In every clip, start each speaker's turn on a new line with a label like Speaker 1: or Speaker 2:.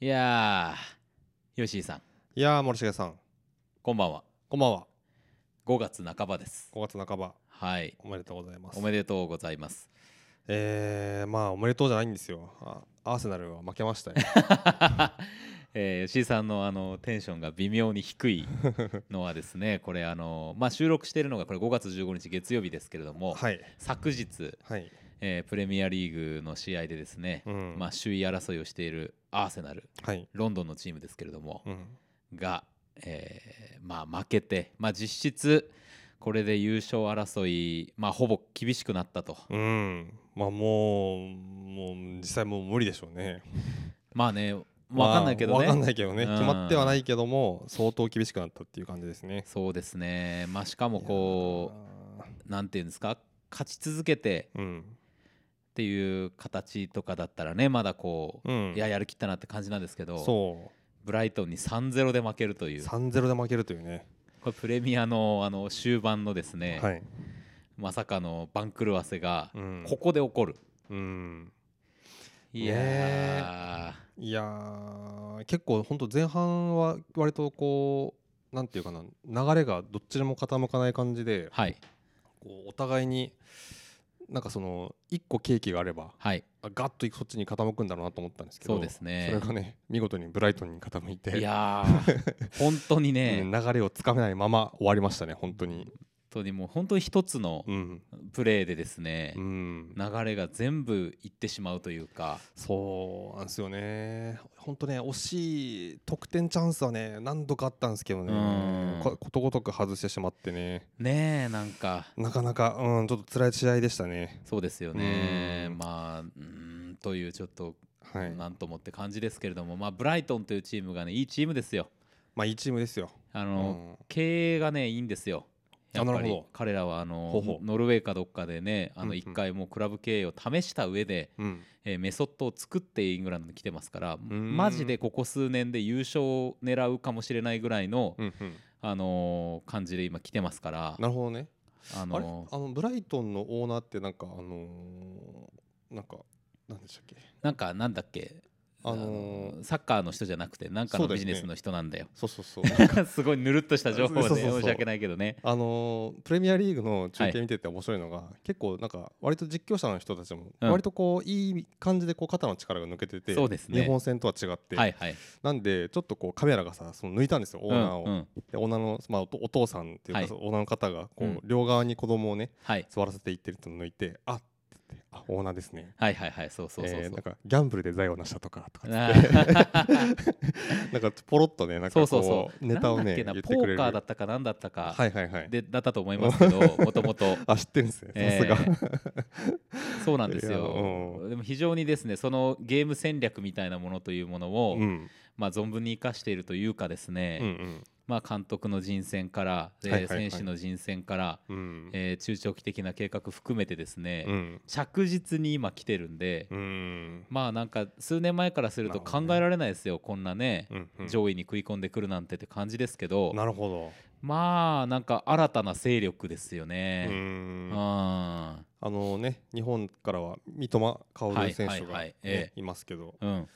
Speaker 1: いやー、吉井さん、
Speaker 2: いやー森重さん
Speaker 1: こんばんは。
Speaker 2: こんばんは
Speaker 1: 5月半ばです。
Speaker 2: 5月半ば
Speaker 1: はい、
Speaker 2: おめでとうございます
Speaker 1: おめでとうございます。
Speaker 2: えー、まあおめでとうじゃないんですよあアーセナルは負けましたよ
Speaker 1: えー吉井さんのあのテンションが微妙に低 いのはですね、これあのまあ収録しているのがこれ5月15日月曜日ですけれども、
Speaker 2: はい
Speaker 1: 昨日、
Speaker 2: はい、
Speaker 1: えープレミアリーグの試合でですね、
Speaker 2: うん
Speaker 1: まあ首位争いをしているアーセナル、
Speaker 2: はい、
Speaker 1: ロンドンのチームですけれども、
Speaker 2: うん、
Speaker 1: が、えーまあ負けて、まあ実質これで優勝争い、まあほぼ厳しくなったと。
Speaker 2: うん、まあもうもう実際もう無理でしょうね
Speaker 1: まあね、わかんないけど
Speaker 2: まあわかん
Speaker 1: ね。
Speaker 2: ないけどね
Speaker 1: うん
Speaker 2: 決まってはないけども相当厳しくなったっていう感じですね
Speaker 1: そうですね。まあしかもこう、なんていうんですか、勝ち続けて
Speaker 2: ううん
Speaker 1: っていう形とかだったらね、まだこ
Speaker 2: う
Speaker 1: う、
Speaker 2: ん
Speaker 1: いや、やるきったなって感じなんですけど、
Speaker 2: そう
Speaker 1: ブライトンに3-0で負けるという、こ
Speaker 2: 3-0で負けるというね
Speaker 1: れプレミアのあの終盤のですね、
Speaker 2: はい
Speaker 1: まさかの番狂わせが
Speaker 2: うん
Speaker 1: ここで起こる。
Speaker 2: うん
Speaker 1: いやー、
Speaker 2: いやー結構本当前半は割とこうなんていうかな流れがどっちでも傾かない感じで
Speaker 1: はい、
Speaker 2: こうお互いになんかその一個ケーキがあれば
Speaker 1: はい、
Speaker 2: あガッとそっちに傾くんだろうなと思ったんですけど
Speaker 1: そうですね
Speaker 2: それがね見事にブライトンに傾いて
Speaker 1: いやー、 本当にね、
Speaker 2: うん
Speaker 1: 本
Speaker 2: 流れをつかめないまま終わりましたね本当に
Speaker 1: 当にもう本当に一つの
Speaker 2: うん、
Speaker 1: プレーでですね、
Speaker 2: うん、
Speaker 1: 流れが全部いってしまうというか
Speaker 2: そうなんですよね本当ね惜しい得点チャンスはね何度かあったんですけど
Speaker 1: うん
Speaker 2: ねこことごとく外してしまってね
Speaker 1: ねえなんか
Speaker 2: なかなか、うん、ちょっと辛い試合でしたね。
Speaker 1: そうですよね
Speaker 2: うん
Speaker 1: まあうーんというちょっと
Speaker 2: はい。
Speaker 1: なんともって感じですけれども、まあ、ブライトンというチームがねいいチームですよ
Speaker 2: まあ、いいチームですよ。
Speaker 1: あ
Speaker 2: う
Speaker 1: の、
Speaker 2: ん、
Speaker 1: 経営がねいいんですよやっ
Speaker 2: あ
Speaker 1: ぱ
Speaker 2: なるほ
Speaker 1: り
Speaker 2: ど
Speaker 1: 彼らはあの
Speaker 2: ほうほう
Speaker 1: ノルウェーかどっかでねあ
Speaker 2: うん
Speaker 1: の
Speaker 2: うん
Speaker 1: 1回もうクラブ経営を試した上で、
Speaker 2: うん、
Speaker 1: えーメソッドを作ってイングランドに来てますから
Speaker 2: ん
Speaker 1: マジでここ数年で優勝を狙うかもしれないぐらいの、
Speaker 2: うん、うん。
Speaker 1: あのー感じで今来てますから
Speaker 2: なるほどね。
Speaker 1: あ
Speaker 2: あれ、
Speaker 1: のー
Speaker 2: あのブライトンのオーナーって、なんか、あのーなんか、なんでしたっけ。
Speaker 1: なんかなんだっけ、
Speaker 2: あのー
Speaker 1: サッカーの人じゃなくてなんかの
Speaker 2: そうだよ
Speaker 1: ビ
Speaker 2: ね
Speaker 1: ジネスの人なんだよ。
Speaker 2: そうそうそう。なんか
Speaker 1: すごいぬるっとした情報
Speaker 2: そうそう
Speaker 1: で
Speaker 2: そう
Speaker 1: 申し訳ないけどね。
Speaker 2: あのープレミアリーグの中継見てて面白いのが、結構なんか割と実況者の人たちも
Speaker 1: うん
Speaker 2: 割とこういい感じでこう肩の力が抜けてて、
Speaker 1: そうですね
Speaker 2: 日本戦とは違って、
Speaker 1: はいはい。
Speaker 2: なんでちょっとこうカメラがさその抜いたんですよオーナーを、
Speaker 1: うんうん
Speaker 2: でオーナーの、まあ、おお父さんっていうか、
Speaker 1: はい
Speaker 2: そのオーナーの方がこう、
Speaker 1: うん
Speaker 2: 両側に子供をね
Speaker 1: はい
Speaker 2: 座らせていってるってのを抜いてあっって言ってあオーナーですね
Speaker 1: はいはいはいそうそうそう
Speaker 2: えー
Speaker 1: そ
Speaker 2: なん
Speaker 1: う。
Speaker 2: かギャンブルで財を成したとかとかっつ
Speaker 1: あ
Speaker 2: って
Speaker 1: ー
Speaker 2: なんかポロっとねなんか
Speaker 1: そ
Speaker 2: こ
Speaker 1: うそうそう。
Speaker 2: うネタを
Speaker 1: なんだっ
Speaker 2: ね
Speaker 1: けな
Speaker 2: 言って
Speaker 1: ポ
Speaker 2: く
Speaker 1: ー
Speaker 2: れる
Speaker 1: カーだったかなんだったか
Speaker 2: はいはいはい
Speaker 1: でだったと思いますけど、もともと。
Speaker 2: あ知ってるんですね
Speaker 1: え
Speaker 2: さすが、
Speaker 1: ー そうなんです
Speaker 2: いや
Speaker 1: よ
Speaker 2: う
Speaker 1: でも非常にですねそのゲーム戦略みたいなものというものを、
Speaker 2: うん、うん
Speaker 1: まあ、存分に生かしているというかですね、
Speaker 2: うん
Speaker 1: まあ、監督の人選から、えー
Speaker 2: はいはいはい
Speaker 1: 選手の人選から、
Speaker 2: うん
Speaker 1: えー中長期的な計画含めてですね、
Speaker 2: うん
Speaker 1: 着実に今来てるんで、
Speaker 2: うん
Speaker 1: まあなんか数年前からすると
Speaker 2: なる
Speaker 1: 考
Speaker 2: ほどね
Speaker 1: えられないですよ、こんなね、
Speaker 2: うんうん
Speaker 1: 上位に食い込んでくるなんてって感じですけど
Speaker 2: なるほ
Speaker 1: まあなんか新たな勢力ですよ
Speaker 2: ど、う
Speaker 1: ね。うんんは
Speaker 2: あのね日本からは三笘薫選手
Speaker 1: はいはい
Speaker 2: が
Speaker 1: はい
Speaker 2: ね
Speaker 1: え
Speaker 2: いますけど
Speaker 1: うん、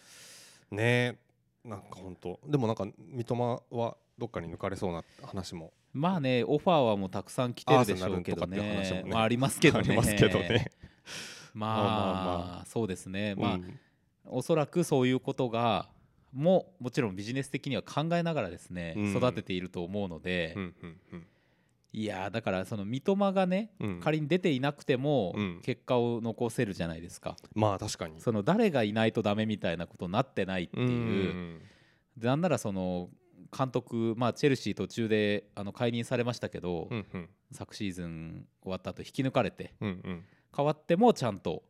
Speaker 2: ねえなんか本当でもなんか三笘はどっかに抜かれそうな話も
Speaker 1: まあねオファーはもうたくさん来てるでしょうけどね
Speaker 2: アーセナルとかっていう話もね
Speaker 1: まあ、ありますけど
Speaker 2: あ
Speaker 1: ね
Speaker 2: りますけどね。
Speaker 1: まあ、
Speaker 2: まあまあま
Speaker 1: そうですね、
Speaker 2: う
Speaker 1: まあ
Speaker 2: ん
Speaker 1: おそらくそういうことがももちろんビジネス的には考えながらですね、
Speaker 2: うん
Speaker 1: 育てていると思うので、
Speaker 2: うんうんうん
Speaker 1: いやーだからその三笘がね、
Speaker 2: うん
Speaker 1: 仮に出ていなくても
Speaker 2: うん
Speaker 1: 結果を残せるじゃないですか、
Speaker 2: まあ確かに。
Speaker 1: その誰がいないとダメみたいなことになってないっていう、
Speaker 2: うん
Speaker 1: でなんならその監督、まあ、チェルシー途中であの解任されましたけど、
Speaker 2: うんうん
Speaker 1: 昨シーズン終わった後引き抜かれて
Speaker 2: うんうん
Speaker 1: 変わってもちゃんと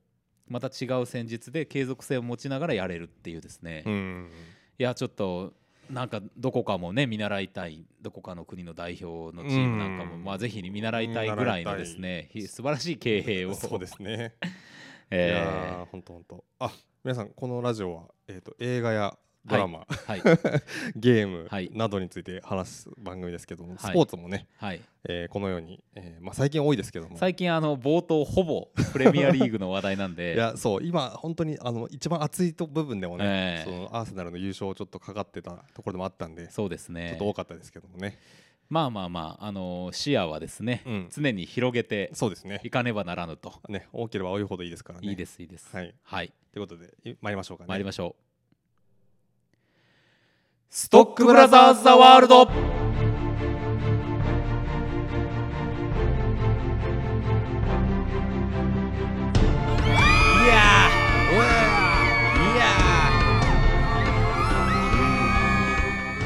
Speaker 1: また違う戦術で継続性を持ちながらやれるっていうですね、
Speaker 2: うんう
Speaker 1: い
Speaker 2: ん
Speaker 1: やちょっとなんかどこかもね見習いたいどこかの国の代表のチームなんかも、
Speaker 2: うん
Speaker 1: まあ、ぜひ見習いたいぐらいのですねひ素晴らしい経営を
Speaker 2: そうですね。い
Speaker 1: え
Speaker 2: や本当本当。あ皆さんこのラジオはえっと映画やドラマ、
Speaker 1: はい
Speaker 2: ゲーム
Speaker 1: はい
Speaker 2: などについて話す番組ですけども、
Speaker 1: はい
Speaker 2: スポーツもね、
Speaker 1: はい
Speaker 2: えーこのように、えーまあ、最近多いですけども
Speaker 1: 最近あの冒頭ほぼプレミアリーグの話題なんで
Speaker 2: いやそう今本当にあの一番熱いと部分でもね、
Speaker 1: ええ
Speaker 2: そのアーセナルの優勝ちょっとかかってたところでもあったんで、
Speaker 1: そうです
Speaker 2: ちょ
Speaker 1: ね
Speaker 2: っと多かったですけどもね、
Speaker 1: まあまあまあ、あのー視野はですね、
Speaker 2: うん
Speaker 1: 常に広げて
Speaker 2: そうですね
Speaker 1: いかねばならぬと、
Speaker 2: ね多ければ多いほどいいですからね
Speaker 1: いいですいいです
Speaker 2: はい
Speaker 1: はい
Speaker 2: ということでい参りましょうかね
Speaker 1: 参りましょうストックブラザーズ・ザ・ワールド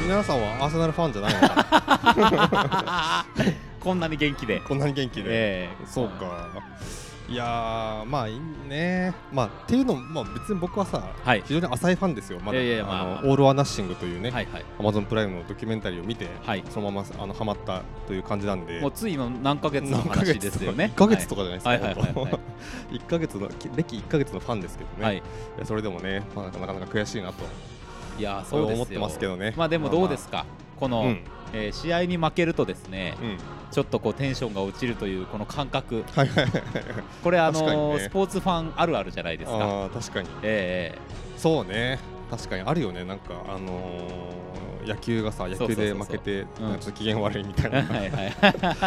Speaker 2: 皆さんはアーセナルファンじゃないのかな
Speaker 1: こんなに元気で、
Speaker 2: こんなに元気で、
Speaker 1: ええ
Speaker 2: そうかいやーまあいいねまあっていうのも、まあ、別に僕はさ、
Speaker 1: はい
Speaker 2: 非常に浅いファンですよまだ
Speaker 1: いやいやまあ
Speaker 2: あの
Speaker 1: まあ
Speaker 2: オール・はナッシング」というね、
Speaker 1: はいはい
Speaker 2: Amazon プライムのドキュメンタリーを見て、
Speaker 1: はい
Speaker 2: そのままあのハマったという感じなんで
Speaker 1: もうついの何ヶ月の話ですよね
Speaker 2: 1ヶ月とかじゃないですか、
Speaker 1: はいはいはいはいはい
Speaker 2: 本当一ヶ月の歴1ヶ月のファンですけどね、
Speaker 1: はいい、
Speaker 2: やそれでもね、まあ、なかなか悔しいなと
Speaker 1: いやーそうですよ
Speaker 2: 思ってますけどね
Speaker 1: まあでもどうですか、この、
Speaker 2: うん
Speaker 1: えー試合に負けるとですね、
Speaker 2: うん
Speaker 1: ちょっとこうテンションが落ちるというこの感覚
Speaker 2: はいはいはい
Speaker 1: これあの
Speaker 2: 確かに
Speaker 1: ー、
Speaker 2: ね
Speaker 1: スポーツファンあるあるじゃないですか。
Speaker 2: あー確かに
Speaker 1: ええ
Speaker 2: そうね確かにあるよねなんかあのー野球がさ野
Speaker 1: そうそうそ
Speaker 2: 球
Speaker 1: う
Speaker 2: で
Speaker 1: そう
Speaker 2: 負けて
Speaker 1: うん
Speaker 2: なんかちょっと機嫌悪いみたい
Speaker 1: ええ
Speaker 2: な、
Speaker 1: はい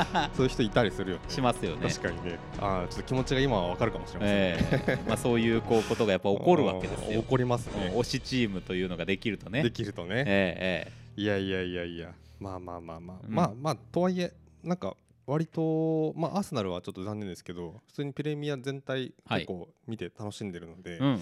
Speaker 1: は
Speaker 2: そういう人いたりするよね
Speaker 1: い しますよね。
Speaker 2: 確かにねあーちょっと気持ちが今はわかるかもしれません、
Speaker 1: ええまあそういうこうことがやっぱ起こるわけです
Speaker 2: あー
Speaker 1: よ
Speaker 2: 起。こります
Speaker 1: うん
Speaker 2: ね
Speaker 1: 推しチームというのができるとね。
Speaker 2: できるとね、
Speaker 1: ええ
Speaker 2: いやいやいやいや、まあまあまあまあ、
Speaker 1: うん
Speaker 2: まあまあ、とはいえ、なんか、割と、まあ、アーセナルはちょっと残念ですけど、普通にプレミア全体、
Speaker 1: はい
Speaker 2: 結構見て楽しんでるの
Speaker 1: ええ
Speaker 2: で、い、
Speaker 1: うんうん。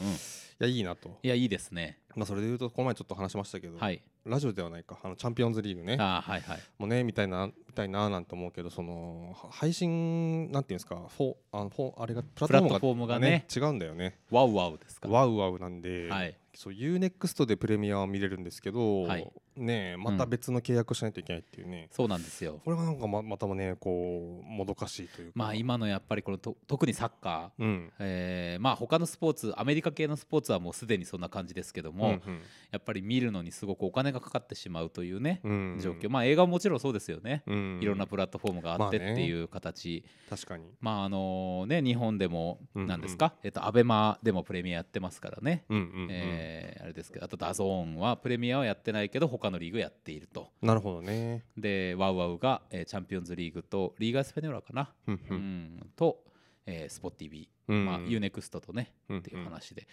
Speaker 2: や、いいなと、
Speaker 1: いやいいですね。
Speaker 2: まあ、それで言うと、この前ちょっと話しましたけど、
Speaker 1: はい。
Speaker 2: ラジオではないか、あのチャンピオンズリーグね、
Speaker 1: あーはいはい。
Speaker 2: もうね、みたいな、みたいな、なんて思うけど、その、は配信、なんていうんですか、フォーあのフォーあれが、プラ
Speaker 1: プラットフォームがね
Speaker 2: 違うんだよね、
Speaker 1: ワウワウですか。
Speaker 2: ワウワウなんで、
Speaker 1: はい。
Speaker 2: そう UNEXT でプレミアは見れるんですけど、
Speaker 1: はい
Speaker 2: ねえまた別の契約しないといけないっていうね、
Speaker 1: そうなんですよ。
Speaker 2: これがなんかままたもねこうもどかしいというか
Speaker 1: まあ今のやっぱりこのと特にサッカー。
Speaker 2: うん
Speaker 1: えーまあ他のスポーツアメリカ系のスポーツはもうすでにそんな感じですけども、
Speaker 2: うんうん
Speaker 1: やっぱり見るのにすごくお金がかかってしまうというね、
Speaker 2: うん
Speaker 1: 状況まあ映画ももちろんそうですよね、
Speaker 2: うん
Speaker 1: いろんなプラットフォームがあってっ
Speaker 2: まあね
Speaker 1: ていう形、
Speaker 2: 確かに
Speaker 1: まああのね日本でも
Speaker 2: うんうん
Speaker 1: なんですか、えっとアベマでもプレミアやってますからね、
Speaker 2: うんうんうん
Speaker 1: えーあれですけどあとダゾーンはプレミアはやってないけど他のリーグやっていると
Speaker 2: なるほどね
Speaker 1: でワウワウが、えーチャンピオンズリーグとリーガースペネオラかな、
Speaker 2: う
Speaker 1: うんん、と、えースポッティビ、
Speaker 2: うん
Speaker 1: まあ、ユーネクストとね
Speaker 2: うん
Speaker 1: っていう話で、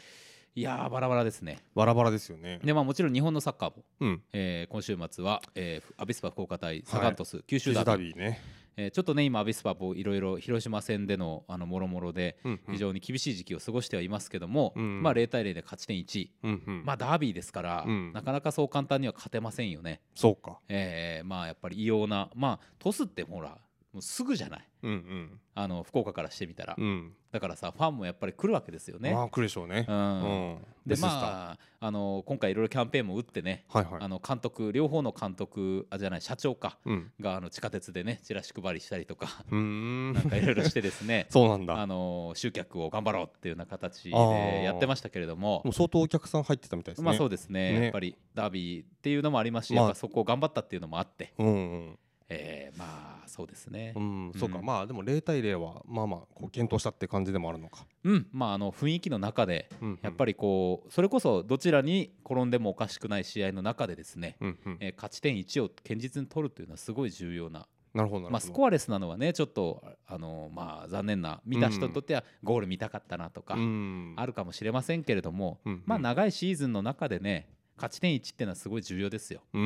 Speaker 1: いやーバラバラですね
Speaker 2: バラバラですよね
Speaker 1: でまあもちろん日本のサッカーも
Speaker 2: うん
Speaker 1: えー今週末は、えーアビスパ福岡対サガン鳥栖、九州
Speaker 2: 九
Speaker 1: ダ
Speaker 2: 州
Speaker 1: ービー
Speaker 2: ダービーね
Speaker 1: えーちょっとね今アビスパもいろいろ広島戦でのあのもろもろで
Speaker 2: うんうん
Speaker 1: 非常に厳しい時期を過ごしてはいますけども、
Speaker 2: うん
Speaker 1: まあ、0対0で勝ち点1、
Speaker 2: うんうん
Speaker 1: まあ、ダービーですから、
Speaker 2: うん
Speaker 1: なかなかそう簡単には勝てませんよね、
Speaker 2: そうか
Speaker 1: えーまあやっぱり異様なまあ鳥栖ってほらもうすぐじゃない
Speaker 2: うんうん
Speaker 1: あの福岡からしてみたら、
Speaker 2: うん
Speaker 1: だからさファンもやっぱり来るわけですよね。
Speaker 2: まあ来るでしょうねう
Speaker 1: うん
Speaker 2: ん
Speaker 1: で
Speaker 2: ベストした
Speaker 1: まああの今回いろいろキャンペーンも打ってね、
Speaker 2: はいはい
Speaker 1: あの監督両方の監督あじゃない社長か
Speaker 2: うん
Speaker 1: があの地下鉄でねチラシ配りしたりとか
Speaker 2: うー
Speaker 1: なん
Speaker 2: ん
Speaker 1: かいろいろしてですね
Speaker 2: そうなんだ
Speaker 1: あの集客を頑張ろうっていうような形
Speaker 2: あー
Speaker 1: でやってましたけれども
Speaker 2: もう相当お客さん入ってたみたいですね
Speaker 1: まあそうですね
Speaker 2: ね
Speaker 1: やっぱりダービーっていうのもありますし、
Speaker 2: まあ
Speaker 1: やっぱそこを頑張ったっていうのもあって、
Speaker 2: うんうん
Speaker 1: えーまあそうですね
Speaker 2: うん、そうか、
Speaker 1: うん
Speaker 2: まあでも0対0はまあまあこう検討したって感じでもあるのか、
Speaker 1: うん、まああの雰囲気の中でやっぱ
Speaker 2: り、
Speaker 1: りこうそれこそどちらに転んでもおかしくない試合の中でですね、
Speaker 2: うんうん
Speaker 1: えー勝ち点1を堅実に取るというのはすごい重要な
Speaker 2: なるほどなるほど、
Speaker 1: まあ、スコアレスなのはねちょっとあの、まあ、残念な見た人にとってはゴール見たかったなとか、
Speaker 2: うん
Speaker 1: あるかもしれませんけれども、
Speaker 2: うんうん
Speaker 1: まあ、長いシーズンの中でね勝ち点1っていうのはすごい重要ですよ。
Speaker 2: うん、
Speaker 1: う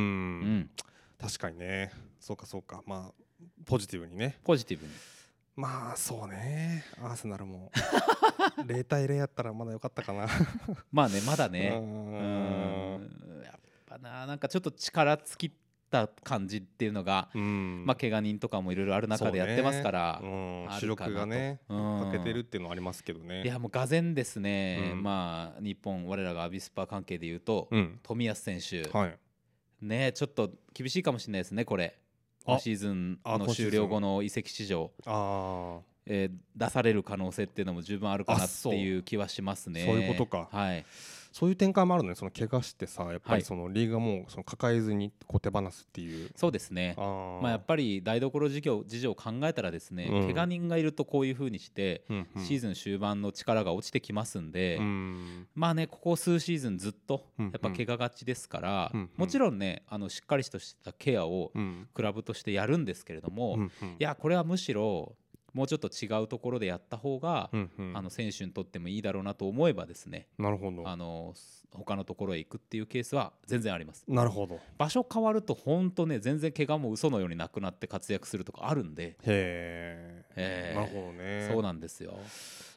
Speaker 1: ん、
Speaker 2: 確かにねそうかそうかまあポジティブにね
Speaker 1: ポジティブに
Speaker 2: まあそうねアーセナル も0対0やったらまだ良かったかな
Speaker 1: まあねまだ
Speaker 2: う
Speaker 1: ねう
Speaker 2: ーん
Speaker 1: んやっぱななんかちょっと力尽きた感じっていうのが、
Speaker 2: うん
Speaker 1: まあ怪我人とかもいろいろある中でやってますから、
Speaker 2: うん
Speaker 1: あ
Speaker 2: 主
Speaker 1: るかなと
Speaker 2: 力がね
Speaker 1: うん
Speaker 2: 欠けてるっていうのはありますけどね
Speaker 1: いやもうがぜんですね、
Speaker 2: うん
Speaker 1: まあ日本我らがアビスパ関係でいうと、
Speaker 2: うん
Speaker 1: 冨安選手、
Speaker 2: はい
Speaker 1: ねちょっと厳しいかもしれないですね、これ。
Speaker 2: あ
Speaker 1: 今シーズン
Speaker 2: あ
Speaker 1: の
Speaker 2: 今シーズ
Speaker 1: 終
Speaker 2: ン
Speaker 1: 了後の移籍市場、
Speaker 2: あー
Speaker 1: えー出される可能性っていうのも十分あるかな
Speaker 2: あ
Speaker 1: って
Speaker 2: そう
Speaker 1: いう気はしますね。
Speaker 2: そういうことか
Speaker 1: はい、
Speaker 2: そういう展開もあるのねその怪我してさやっぱ
Speaker 1: はい
Speaker 2: りそのリーグがもうその抱えずにこう手放すっていう、
Speaker 1: そうですね
Speaker 2: あー
Speaker 1: まあ、やっぱり台所事業事情を考えたらですね、
Speaker 2: う
Speaker 1: 怪
Speaker 2: ん
Speaker 1: 我人がいるとこういうふうにして、
Speaker 2: うんうん
Speaker 1: シーズン終盤の力が落ちてきますんで、
Speaker 2: うん
Speaker 1: まあねここ数シーズンずっと
Speaker 2: うん
Speaker 1: や
Speaker 2: うん
Speaker 1: っぱ怪我がちですから、
Speaker 2: うんうん
Speaker 1: もちろんねあのしっかりとしたケアを
Speaker 2: うん
Speaker 1: クラブとしてやるんですけれども、
Speaker 2: う
Speaker 1: い
Speaker 2: んうん
Speaker 1: やこれはむしろもうちょっと違うところでやった方が、
Speaker 2: うんうん
Speaker 1: あの選手にとってもいいだろうなと思えばですね
Speaker 2: なるほど
Speaker 1: あのす他のところへ行くっていうケースは全然あります
Speaker 2: なるほどへ
Speaker 1: 場所変わると本当ね全然怪我も嘘のようになくなって活躍するとかあるんで、
Speaker 2: え
Speaker 1: えー
Speaker 2: なるほどね
Speaker 1: そうなんですよ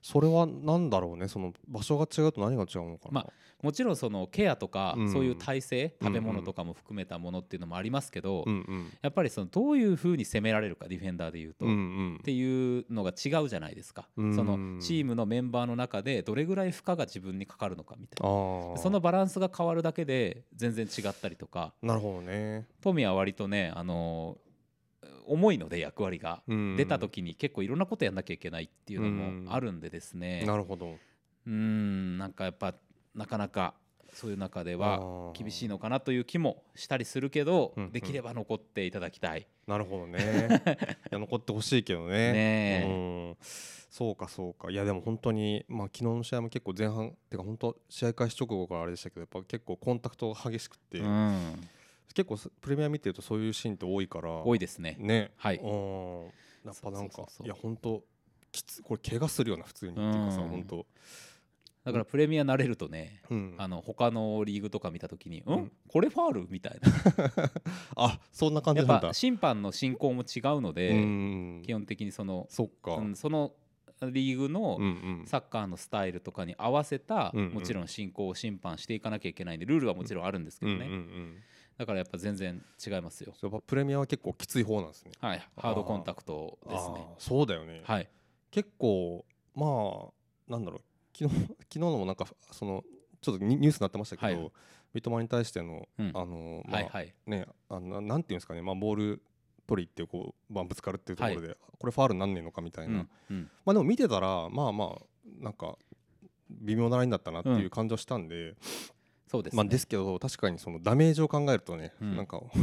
Speaker 2: それはなんだろうねその場所が違うと何が違うのかな、
Speaker 1: まあもちろんそのケアとか、
Speaker 2: うん
Speaker 1: そういう体制
Speaker 2: うんう
Speaker 1: 食
Speaker 2: ん
Speaker 1: べ物とかも含めたものっていうのもありますけど、
Speaker 2: うんうん
Speaker 1: やっぱりそのどういうふうに攻められるかディフェンダーでいうと、
Speaker 2: うんう
Speaker 1: っ
Speaker 2: ん
Speaker 1: ていうのが違うじゃないですか、
Speaker 2: うん
Speaker 1: そのチームのメンバーの中でどれぐらい負荷が自分にかかるのかみたい
Speaker 2: あー
Speaker 1: なそのバランスが変わるだけで全然違ったりとか
Speaker 2: なるほどね、
Speaker 1: トミーは割とね、あのー重いので役割が、
Speaker 2: うん、
Speaker 1: 出た時に結構いろんなことやんなきゃいけないっていうのもあるんでですね
Speaker 2: なるほど
Speaker 1: うんなんかやっぱなかなかそういう中では厳しいのかなという気もしたりするけど
Speaker 2: うんうん
Speaker 1: できれば残っていただきたい。
Speaker 2: なるほ どねいや残ってほしいけどね
Speaker 1: ねえ
Speaker 2: うん、そうかそうかいやでも本当にまあ昨日の試合も結構前半てか本当試合開始直後からあれでしたけどやっぱ結構コンタクトが激しくて、
Speaker 1: うん
Speaker 2: 結構プレミア見てるとそういうシーンって多いから
Speaker 1: 多いですね。
Speaker 2: ね
Speaker 1: はい
Speaker 2: うんやっぱな
Speaker 1: そうそ
Speaker 2: んか
Speaker 1: うそうそう
Speaker 2: いや本当きつこれ怪我するような普通にっていうかさ
Speaker 1: うん
Speaker 2: 本当
Speaker 1: だからプレミア慣れるとね
Speaker 2: うん
Speaker 1: あの他のリーグとか見た時に「
Speaker 2: ん
Speaker 1: うんこれファール?」みたいな
Speaker 2: あそんな感
Speaker 1: や
Speaker 2: じ
Speaker 1: っ
Speaker 2: なん
Speaker 1: ぱ
Speaker 2: だ
Speaker 1: 審判の進行も違うの
Speaker 2: う
Speaker 1: で
Speaker 2: ん
Speaker 1: 基本的にその
Speaker 2: そっか
Speaker 1: うんそのリーグの
Speaker 2: うんうん
Speaker 1: サッカーのスタイルとかに合わせた
Speaker 2: うんうん
Speaker 1: もちろん進行を審判していかなきゃいけないんでルールはもちろんあるんですけ
Speaker 2: うんう
Speaker 1: ど
Speaker 2: んう
Speaker 1: ね
Speaker 2: ん
Speaker 1: だからやっぱ全然違いますよ
Speaker 2: そうやっぱプレミアは結構きつい方なんですね
Speaker 1: はい
Speaker 2: あー
Speaker 1: ハードコンタクトですね
Speaker 2: あーそうだよね、
Speaker 1: はい
Speaker 2: 結構まあなんだろう昨日 昨日のもなんかそのちょっとニニュースになってましたけど、
Speaker 1: はい
Speaker 2: 三笘に対しての、
Speaker 1: うん
Speaker 2: あのまあ、
Speaker 1: はいはい
Speaker 2: ねあのななんていうんですかね、まあ、ボール取りってこう、まあ、ぶつかるっていうところで、これファールになんねえのかみたいな、
Speaker 1: うんうん
Speaker 2: まあでも見てたらまあまあなんか微妙なラインだったなっていううん感じはしたんで、
Speaker 1: そうです
Speaker 2: まあ、
Speaker 1: ね
Speaker 2: ですけど確かにそのダメージを考えるとね、
Speaker 1: うん
Speaker 2: なんか まあフ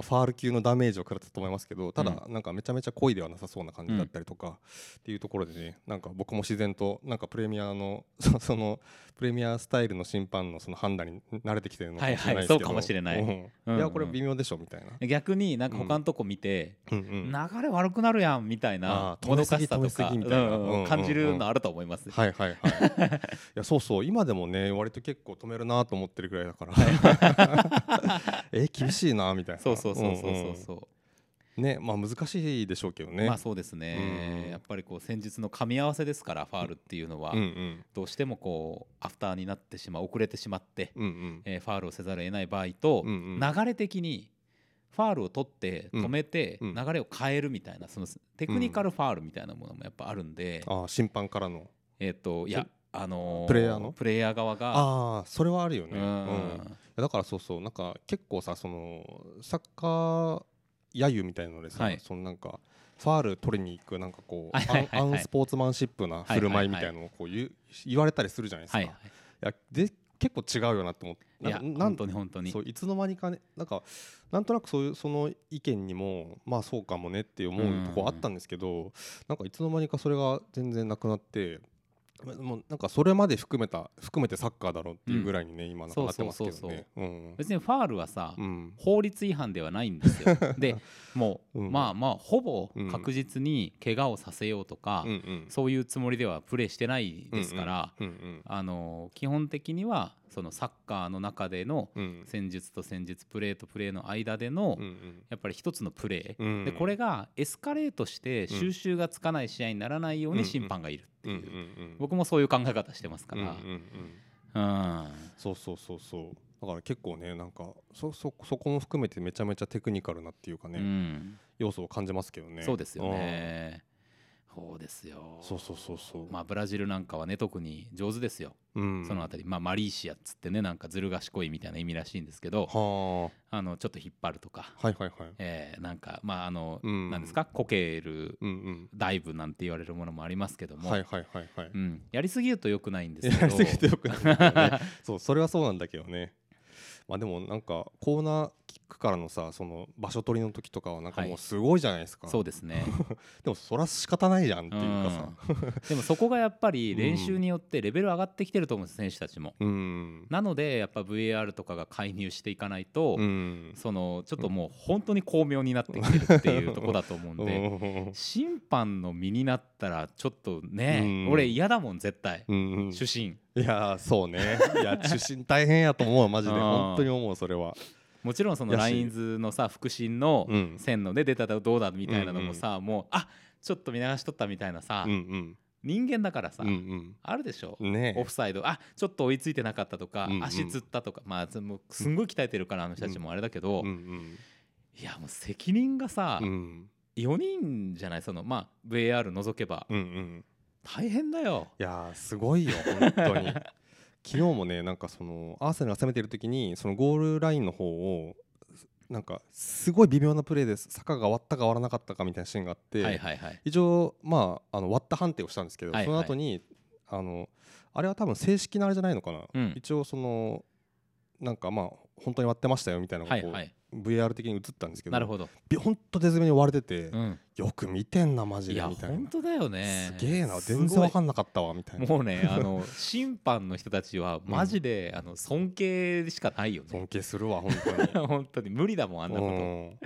Speaker 2: ァール級のダメージを食らったと思いますけどただなんかめちゃめちゃ濃いではなさそうな感じだったりとかっていうところでねなんか僕も自然となんかプレミアの そそのプレミアスタイルの審判のその判断に慣れてきてるのかもしれな
Speaker 1: はい
Speaker 2: いですけど、
Speaker 1: はいそうかもしれない
Speaker 2: うん
Speaker 1: うん
Speaker 2: いやこれ微妙でしょみたいな。
Speaker 1: 逆になんか他のとこ見て
Speaker 2: うんうん
Speaker 1: 流れ悪くなるやんみたいな
Speaker 2: あー
Speaker 1: もどかしさと
Speaker 2: 止
Speaker 1: か
Speaker 2: めす
Speaker 1: う
Speaker 2: ぎ止めすぎ
Speaker 1: ん
Speaker 2: みたいな
Speaker 1: うん
Speaker 2: うんうんう
Speaker 1: うんん感じるのあると思います
Speaker 2: はいはいはい いやそうそう今でもね割と結構止めるなと思ってるぐらいだから え厳しいなみたいな
Speaker 1: そうそうそうそうそうんそう
Speaker 2: うんねまあ難しいでしょうけどね
Speaker 1: まあそうです
Speaker 2: うんう
Speaker 1: ね
Speaker 2: ん
Speaker 1: やっぱりこう戦術の噛み合わせですからファールっていうのは
Speaker 2: うんうん
Speaker 1: どうしてもこうアフターになってしまう遅れてしまって
Speaker 2: うんうん
Speaker 1: えーファールをせざるを得ない場合と、
Speaker 2: うんうん
Speaker 1: 流れ的にファールを取って
Speaker 2: うん
Speaker 1: 止めて
Speaker 2: うん
Speaker 1: 流れを変えるみたいなそのテクニカルファールみたいなものもやっぱあるんで、
Speaker 2: あー審判からの
Speaker 1: えっ、といやあの
Speaker 2: プレイヤーの
Speaker 1: プレイヤー側が
Speaker 2: ああーそれはあるよね
Speaker 1: う
Speaker 2: うん
Speaker 1: ん
Speaker 2: だからそうそうなんか結構さそのサッカー揶揄みたいなのでさ、
Speaker 1: はい
Speaker 2: そのなんかファール取りに行くなんかこう、
Speaker 1: はいはいはい
Speaker 2: ア
Speaker 1: はい
Speaker 2: ンアンスポーツマンシップな振る舞いみたいなのをこう言う言われたりするじゃないですか、
Speaker 1: はい
Speaker 2: い
Speaker 1: は
Speaker 2: やで結構違うよなと思って
Speaker 1: いいや本
Speaker 2: なんかなん
Speaker 1: 当に本当に
Speaker 2: そういつの間にかねなんかなんとなくそういうその意見にもまあそうかもねって思うとこあったんですけどなんかいつの間にかそれが全然なくなってまもうなんかそれまで含めた含めてサッカーだろうっていうぐらいにね、今なんかなってますけど
Speaker 1: そうそう
Speaker 2: ね。うん
Speaker 1: 別にファールはさ、
Speaker 2: うん
Speaker 1: 法律違反ではないんです よでもう、
Speaker 2: うん
Speaker 1: まあまあほぼ
Speaker 2: うん
Speaker 1: 確実に怪我をさせようとか、
Speaker 2: うんうん
Speaker 1: そういうつもりではプレーしてないですから、
Speaker 2: うんうん
Speaker 1: あの基本的にはそのサッカーの中での
Speaker 2: うん
Speaker 1: 戦術と戦術プレーとプレーの間での
Speaker 2: うんうん
Speaker 1: やっぱり一つのプレー、
Speaker 2: うん
Speaker 1: でこれがエスカレートして収拾がつかない試合にならないよう
Speaker 2: うん
Speaker 1: に審判がいるって
Speaker 2: うんう
Speaker 1: い
Speaker 2: ん
Speaker 1: う、
Speaker 2: うん
Speaker 1: 僕もそういう考え方してますか
Speaker 2: うんうんう
Speaker 1: ら、
Speaker 2: ん
Speaker 1: うん
Speaker 2: そうそうそうそうだから結構ねなんかそそそこも含めてめちゃめちゃテクニカルなっていうかね、
Speaker 1: うん
Speaker 2: 要素を感じますけどね
Speaker 1: そうですよね。そうですよ
Speaker 2: そうそうそうそう、
Speaker 1: まあブラジルなんかはね特に上手ですよ、
Speaker 2: うん
Speaker 1: そのあたり、まあ、マリーシアっつってねなんかずる賢いみたいな意味らしいんですけど
Speaker 2: は
Speaker 1: あのちょっと引っ張るとか、
Speaker 2: あはいはいはい
Speaker 1: えーなんかまああの、
Speaker 2: うん
Speaker 1: なんですかこける
Speaker 2: うん
Speaker 1: ダイブなんて言われるものもありますけど
Speaker 2: うん
Speaker 1: も、
Speaker 2: はいはいはいはい
Speaker 1: うん、やりすぎると良くないんですけど
Speaker 2: やりすぎてよくないんだけ どねそうそれはそうなんだけどねまあでもなんかコーナーキックからのさその場所取りの時とかはなんか
Speaker 1: はい
Speaker 2: もうすごいじゃないですか、
Speaker 1: そうですね
Speaker 2: でもそら仕方ないじゃんっていうかさ
Speaker 1: でもそこがやっぱり練習によってレベル上がってきてると思うんです選手たちも。
Speaker 2: うん
Speaker 1: なのでやっぱ VAR とかが介入していかないと、
Speaker 2: うん
Speaker 1: そのちょっともう本当に巧妙になってきてるっていうとこだと思うん
Speaker 2: うん
Speaker 1: で。 審判の身になったらちょっとね、
Speaker 2: うん
Speaker 1: 俺嫌だもん絶対、
Speaker 2: うんうん
Speaker 1: 主審
Speaker 2: いやーそうねいや出身大変やと思うマジで
Speaker 1: あー
Speaker 2: 本当に思うそれは
Speaker 1: もちろんその
Speaker 2: やし
Speaker 1: ラインズのさ副審の
Speaker 2: うん
Speaker 1: 線ので出たらどうだみたいなのもさ、もうあちょっと見流しとったみたいなさ、
Speaker 2: うん
Speaker 1: 人間だからさ、
Speaker 2: うんうん
Speaker 1: あるでしょ、
Speaker 2: うんね
Speaker 1: オフサイドあちょっと追いついてなかったとか、
Speaker 2: うんうん
Speaker 1: 足つったとかまあつもうすんごい鍛えてるからあの人たちもあれだけど、
Speaker 2: うん
Speaker 1: いやもう責任がさ、
Speaker 2: うんうん
Speaker 1: 4人じゃないそのまあ VAR 除けば、
Speaker 2: うんうん
Speaker 1: 大変だよ。
Speaker 2: いやーすごいよ本当 に昨日もねなんかそのアーセナルが攻めてる時にそのゴールラインの方をなんかすごい微妙なプレーです坂が割ったか割らなかったかみたいなシーンがあって、
Speaker 1: はいはいはい。
Speaker 2: 一応まああの割った判定をしたんですけど、
Speaker 1: はい
Speaker 2: その後にあのあれは多分正式なあれじゃないのかな、
Speaker 1: うん
Speaker 2: 一応そのなんかまあ本当に割ってましたよみたいなの
Speaker 1: は
Speaker 2: が
Speaker 1: い
Speaker 2: こう、
Speaker 1: はい。
Speaker 2: VAR 的に映ったんですけど
Speaker 1: なるほど。
Speaker 2: びほんと手詰めに割れてて、
Speaker 1: うん、
Speaker 2: よく見てんなマジ
Speaker 1: い
Speaker 2: で
Speaker 1: や
Speaker 2: みたい
Speaker 1: 本
Speaker 2: な、
Speaker 1: 当だよね。
Speaker 2: すげえな
Speaker 1: すご
Speaker 2: 全
Speaker 1: い
Speaker 2: 然わかんなかったわみたいな
Speaker 1: もうねあの審判の人たちはマジで、あの尊敬しかないよね。
Speaker 2: 尊敬するわ本当 に
Speaker 1: 本当に無理だもんあんなこと。
Speaker 2: うん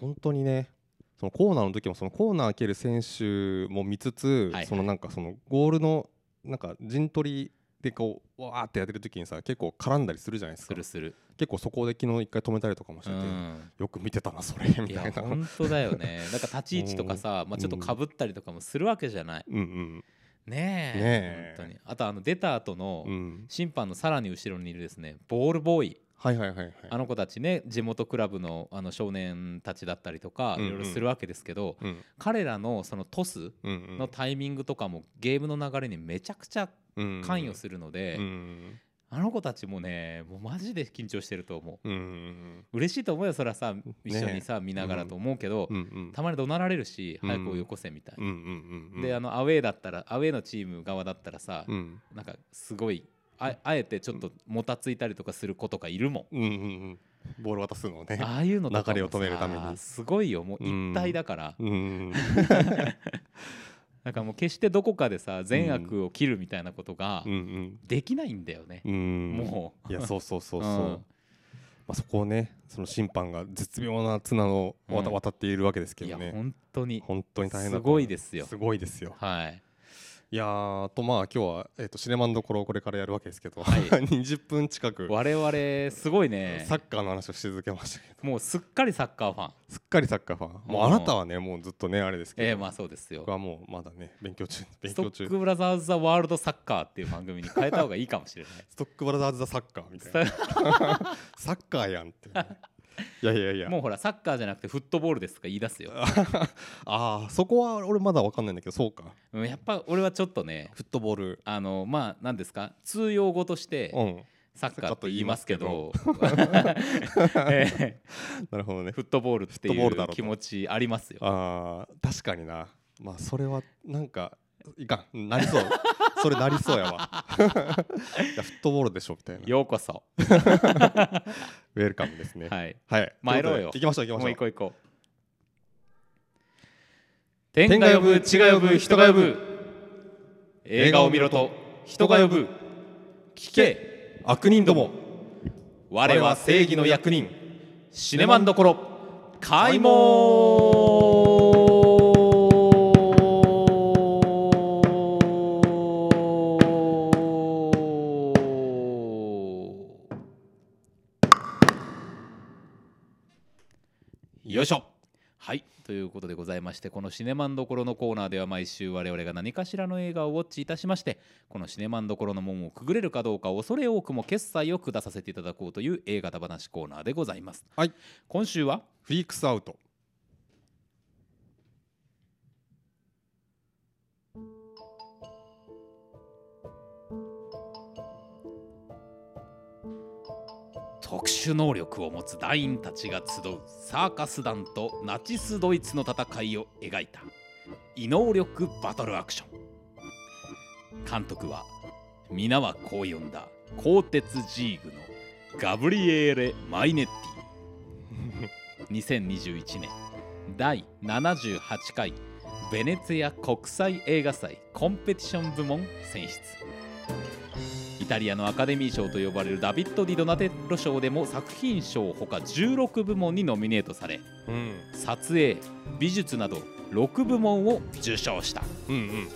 Speaker 2: 本当にねそのコーナーの時もそのコーナー蹴る選手も見つつ、
Speaker 1: はいはい
Speaker 2: そのなんかそのゴールのなんか陣取りでこうわーってやってる時にさ結構絡んだりするじゃないです
Speaker 1: す
Speaker 2: か
Speaker 1: るする。
Speaker 2: 結構そこで昨日一回止めたりとかもして
Speaker 1: う
Speaker 2: て、
Speaker 1: ん
Speaker 2: よく見てたなそれみ
Speaker 1: い
Speaker 2: た
Speaker 1: や
Speaker 2: いなうん
Speaker 1: 本当だよねなんか立ち位置とかさ、まあ、ちょっとかぶったりとかもするわけじゃない
Speaker 2: うん
Speaker 1: ねえ
Speaker 2: ねえ
Speaker 1: 本当にあとあの出た後の
Speaker 2: うん
Speaker 1: 審判のさらに後ろにいるですねボールボーイ
Speaker 2: はいはいはいはい
Speaker 1: あの子たちね地元クラブのあの少年たちだったりとか
Speaker 2: う
Speaker 1: い
Speaker 2: んうん
Speaker 1: ろいろするわけですけど、
Speaker 2: うん
Speaker 1: 彼らのそのトス
Speaker 2: うんうん
Speaker 1: のタイミングとかもゲームの流れにめちゃくちゃ
Speaker 2: うん
Speaker 1: 関与するので、
Speaker 2: うん
Speaker 1: あの子たちもねもうマジで緊張してると思う
Speaker 2: うんうん
Speaker 1: 嬉しいと思うよそらさ一緒にさ、見ながらと思うけど、
Speaker 2: うんうん
Speaker 1: たまに怒鳴られるし
Speaker 2: うん
Speaker 1: 早く追い起こせみたい
Speaker 2: うんう、んうん
Speaker 1: であのアウェーだったらアウェーのチーム側だったらさ、
Speaker 2: うん
Speaker 1: なんかすごいああえてちょっともたついたりとかする子とかいるもん
Speaker 2: うんうんうんボール渡すのね
Speaker 1: ああいうのとかもさ
Speaker 2: 流れを止めるために
Speaker 1: すごいよもう一体だから、
Speaker 2: うんうん
Speaker 1: なんかもう決してどこかでさ善悪を切るみたいなことが
Speaker 2: うん
Speaker 1: できないんだよね
Speaker 2: う、ん
Speaker 1: もう
Speaker 2: いやそうそうそうそう、
Speaker 1: うん
Speaker 2: まあ、そこをねその審判が絶妙な綱を渡,、
Speaker 1: うん
Speaker 2: 渡っているわけですけ
Speaker 1: い
Speaker 2: ど
Speaker 1: や
Speaker 2: ね
Speaker 1: 本当に
Speaker 2: 本当に大変だと
Speaker 1: す
Speaker 2: 思う
Speaker 1: ごいですよ
Speaker 2: すごいですよ
Speaker 1: はい
Speaker 2: いやーとまあ今日は、えっとシネマンどころをこれからやるわけですけど、
Speaker 1: はい
Speaker 2: 20分近く
Speaker 1: 我々すごいね
Speaker 2: サッカーの話をし続けましたけど
Speaker 1: もうすっかりサッカーファン
Speaker 2: すっかりサッカーファンもう
Speaker 1: う
Speaker 2: あ
Speaker 1: ん
Speaker 2: なたはねもうずっとねあれですけど、
Speaker 1: ええまあそうですよ
Speaker 2: 僕はもうまだね勉強中勉
Speaker 1: スト
Speaker 2: 強中
Speaker 1: ックブラザーズ・ザ・ワールド・サッカーっていう番組に変えた方がいいかもし れない
Speaker 2: ストックブラザーズ・ザ・サッカーみたいなサッカーや んって、ね、いやいやいや
Speaker 1: もうほらサッカーじゃなくてフットボールですとか言い出すよ
Speaker 2: ああそこは俺まだ分かんないんだけどそうか
Speaker 1: うんやっぱ俺はちょっとね
Speaker 2: フットボール
Speaker 1: あのまあ何ですか通用語として
Speaker 2: うん
Speaker 1: サッカーって言いますけど ええ
Speaker 2: なるほどね
Speaker 1: フットボールって
Speaker 2: フットボ
Speaker 1: い
Speaker 2: ールだ
Speaker 1: う
Speaker 2: ろうと
Speaker 1: 気持ちありますよ
Speaker 2: あー確かになまあそれはなんかいかんなり そうそれなりそうやわ いやフットボールでしょみたいな
Speaker 1: ようこそ
Speaker 2: ウェルカムですね
Speaker 1: はい
Speaker 2: はい
Speaker 1: 参ろうよ
Speaker 2: ということで行きましょう行
Speaker 1: も
Speaker 2: きま
Speaker 1: う一
Speaker 2: しょう
Speaker 1: 個一個天が呼ぶ地が呼ぶ人が呼ぶ映画を見ろと人が呼ぶ聞け
Speaker 2: 悪人ども
Speaker 1: 我は正義の役
Speaker 2: 人
Speaker 1: シネマンどころ開門よいしょはいということでございましてこの「シネマンどころ」のコーナーでは毎週我々が何かしらの映画をウォッチいたしましてこの「シネマンどころ」の門をくぐれるかどうか恐れ多くも決済を下させていただこうという映画だ話コーナーでございます
Speaker 2: はい
Speaker 1: 今週は
Speaker 2: フリークスアウト
Speaker 1: 特殊能力を持つ団員たちが集うサーカス団とナチスドイツの戦いを描いた異能力バトルアクション監督は皆はこう呼んだ鋼鉄ジーグのガブリエーレ・マイネッティ2021年第78回ベネツィア国際映画祭コンペティション部門選出イタリアのアカデミー賞と呼ばれるダビッド・ディ・ドナテッロ賞でも作品賞ほか16部門にノミネートされ
Speaker 2: うん
Speaker 1: 撮影美術など6部門を受賞した
Speaker 2: うんうんうんうん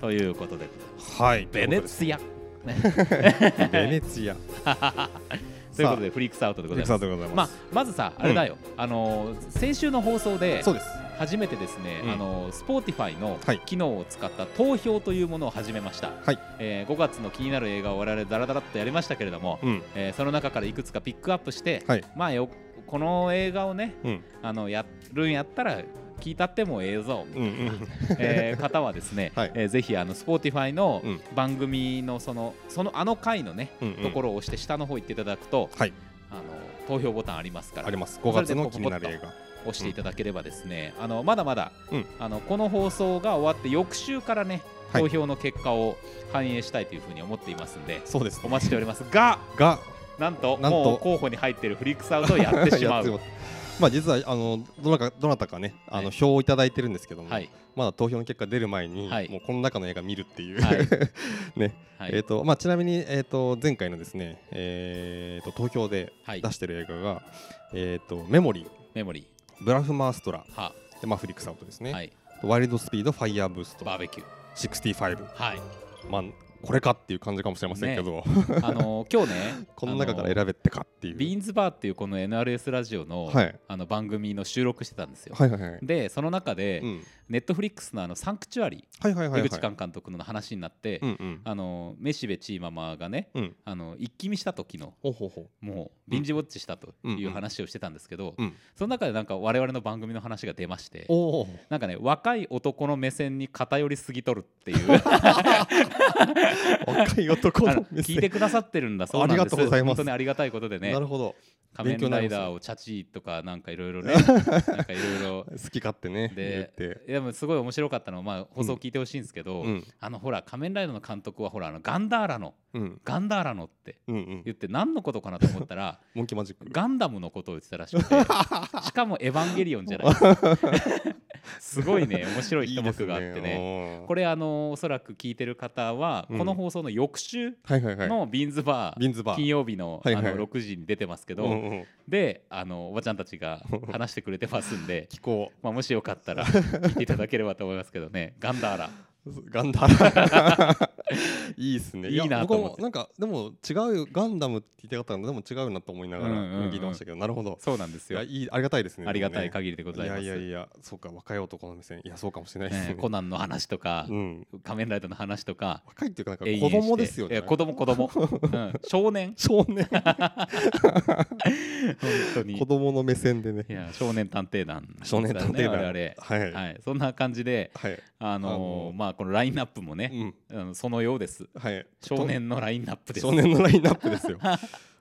Speaker 1: ということで
Speaker 2: はい
Speaker 1: ベネツィア
Speaker 2: ィアベネツィア
Speaker 1: ということでフリークスアウトでござい
Speaker 2: さ
Speaker 1: ま
Speaker 2: あ
Speaker 1: す
Speaker 2: でござい
Speaker 1: ま
Speaker 2: ま
Speaker 1: あ
Speaker 2: す、
Speaker 1: まずさあれだよ、あの先週の放送で
Speaker 2: そうです
Speaker 1: 初めてですね、
Speaker 2: うん
Speaker 1: あの Spotify の
Speaker 2: はい
Speaker 1: 機能を使った投票というものを始めました、
Speaker 2: はい
Speaker 1: えー5月の気になる映画を我々ダラダラっとやりましたけれども、
Speaker 2: うん
Speaker 1: えーその中からいくつかピックアップして、
Speaker 2: はい
Speaker 1: まあよこの映画をね
Speaker 2: うん
Speaker 1: あのやるんやったら聞いたってもええぞ、
Speaker 2: うんうん
Speaker 1: えー方はですね、
Speaker 2: はい
Speaker 1: えーぜひあの Spotify の
Speaker 2: うん
Speaker 1: 番組のそのそのあの回のね、
Speaker 2: うんう ん
Speaker 1: ところを押して下の方行っていただくと
Speaker 2: はい
Speaker 1: あの投票ボタンありますから
Speaker 2: あります5月の気になる映画
Speaker 1: 押していただければですね、あのまだまだ、
Speaker 2: うん
Speaker 1: あのこの放送が終わって翌週からね
Speaker 2: はい
Speaker 1: 投票の結果を反映したいというふうに思っていますんで、
Speaker 2: そうです
Speaker 1: お待ちしておりますが
Speaker 2: が
Speaker 1: なんと
Speaker 2: なんと
Speaker 1: もう候補に入ってるフリックスアウトを やってしま
Speaker 2: や
Speaker 1: う
Speaker 2: ってまあ実はあのどなたかどなたかねあ
Speaker 1: は
Speaker 2: の
Speaker 1: い
Speaker 2: 票をいただいてるんですけども、
Speaker 1: はい
Speaker 2: まだ投票の結果出る前に、
Speaker 1: はい
Speaker 2: もうこの中の映画見るっていう、
Speaker 1: はい
Speaker 2: ね、
Speaker 1: はい
Speaker 2: えっ、とまあちなみにえっ、と前回のですねえっ、と投票で
Speaker 1: はい
Speaker 2: 出してる映画が、えっ、とメモリー、
Speaker 1: メモリ
Speaker 2: ブラフマーストラ、
Speaker 1: ーは、
Speaker 2: でまあフリックスアウトですね。
Speaker 1: はい、
Speaker 2: ワイルドスピード、ファイヤーブースト、
Speaker 1: バーベキュー
Speaker 2: シクスティファイブ、
Speaker 1: はい
Speaker 2: まあこれかっていう感じかもしれませんけど、
Speaker 1: あの今日ね
Speaker 2: この中から
Speaker 1: あの
Speaker 2: 選べってかっていう。
Speaker 1: ビーンズバーっていうこの NRS ラジオの,、
Speaker 2: はい
Speaker 1: あの番組の収録してたんですよ、
Speaker 2: はいはいはい。
Speaker 1: でその中で、
Speaker 2: うん、
Speaker 1: ネットフリックスのあのサンクチュアリ
Speaker 2: はいはい
Speaker 1: ー、
Speaker 2: はいはい。
Speaker 1: 出口監督の話になって、
Speaker 2: うんうん。
Speaker 1: あのメシベチーママがね
Speaker 2: うん。
Speaker 1: あの一気見した時の
Speaker 2: ほうほうほう。
Speaker 1: もうビンジウォッチしたと
Speaker 2: うん
Speaker 1: い
Speaker 2: うん
Speaker 1: う話をしてたんですけど、
Speaker 2: うん
Speaker 1: その中でなんか我々の番組の話が出まして
Speaker 2: おお。
Speaker 1: なんかね若い男の目線に偏りすぎとるっていう
Speaker 2: 若い男
Speaker 1: あ
Speaker 2: の
Speaker 1: の
Speaker 2: 目線
Speaker 1: 聞いてくださってるんだそうなんです
Speaker 2: ありがとうございま
Speaker 1: 本
Speaker 2: す
Speaker 1: 当にありがたいことでね
Speaker 2: なるほど
Speaker 1: 仮面ライダーをチャチーとかなんかいろいろねなんかいろい ろ
Speaker 2: 好き勝手ね言っ
Speaker 1: で
Speaker 2: て
Speaker 1: いやでもすごい面白かったのは、まあ、放送聞いてほしいんですけど、
Speaker 2: うん
Speaker 1: あのほら仮面ライダーの監督はほらあのガンダーラの
Speaker 2: うん
Speaker 1: ガンダーラのって
Speaker 2: うんうん
Speaker 1: 言って何のことかなと思った ら
Speaker 2: モンキーマジック
Speaker 1: ガンダムのことを言ってたらしくて しかも「エヴァンゲリオン」じゃないすごいね面白い一幕があってねこ
Speaker 2: れ
Speaker 1: れあのおそらく聞いてる方は、
Speaker 2: うん
Speaker 1: この放送の翌週
Speaker 2: はいはいはい
Speaker 1: のビーンズバー、
Speaker 2: ビンズバー
Speaker 1: 金曜日の,、
Speaker 2: はいはい
Speaker 1: あの6時に出てますけど、
Speaker 2: うんうん
Speaker 1: であのおばちゃんたち が話してくれてますんで
Speaker 2: 気候
Speaker 1: まあもしよかったら聞いていただければと思いますけど ねガンダーラ
Speaker 2: ガンダ ムいいっすねや
Speaker 1: いいなと思って
Speaker 2: 僕もなんかでも違うガンダムって言いたかったのでも違うなと思いながら
Speaker 1: うんうんうん
Speaker 2: 聞いてましたけどなるほど
Speaker 1: そうなんです
Speaker 2: い
Speaker 1: よ
Speaker 2: やいいありがたいですね
Speaker 1: ありがたい
Speaker 2: でもね
Speaker 1: 限りでございます
Speaker 2: いやいやいやそうか若い男の目線いやそうかもしれないです
Speaker 1: ね
Speaker 2: ね
Speaker 1: コナンの話とか、
Speaker 2: うん
Speaker 1: 仮面ライダーの話とか
Speaker 2: 若いっていうかなんか
Speaker 1: 永遠
Speaker 2: 子
Speaker 1: して
Speaker 2: 供ですよ
Speaker 1: い
Speaker 2: ね
Speaker 1: や子供子 供、うん、少年
Speaker 2: 少年
Speaker 1: 本当に
Speaker 2: 子供の目線でね
Speaker 1: いや少年探偵団
Speaker 2: 少年探偵団
Speaker 1: だね
Speaker 2: はい
Speaker 1: 我々はいそんな感じで
Speaker 2: はい
Speaker 1: あのー
Speaker 2: あのー
Speaker 1: まあこのラインナップもね、
Speaker 2: うん
Speaker 1: あのそのようです
Speaker 2: はい
Speaker 1: 少年のラインナップです
Speaker 2: 少年のラインナップで すよ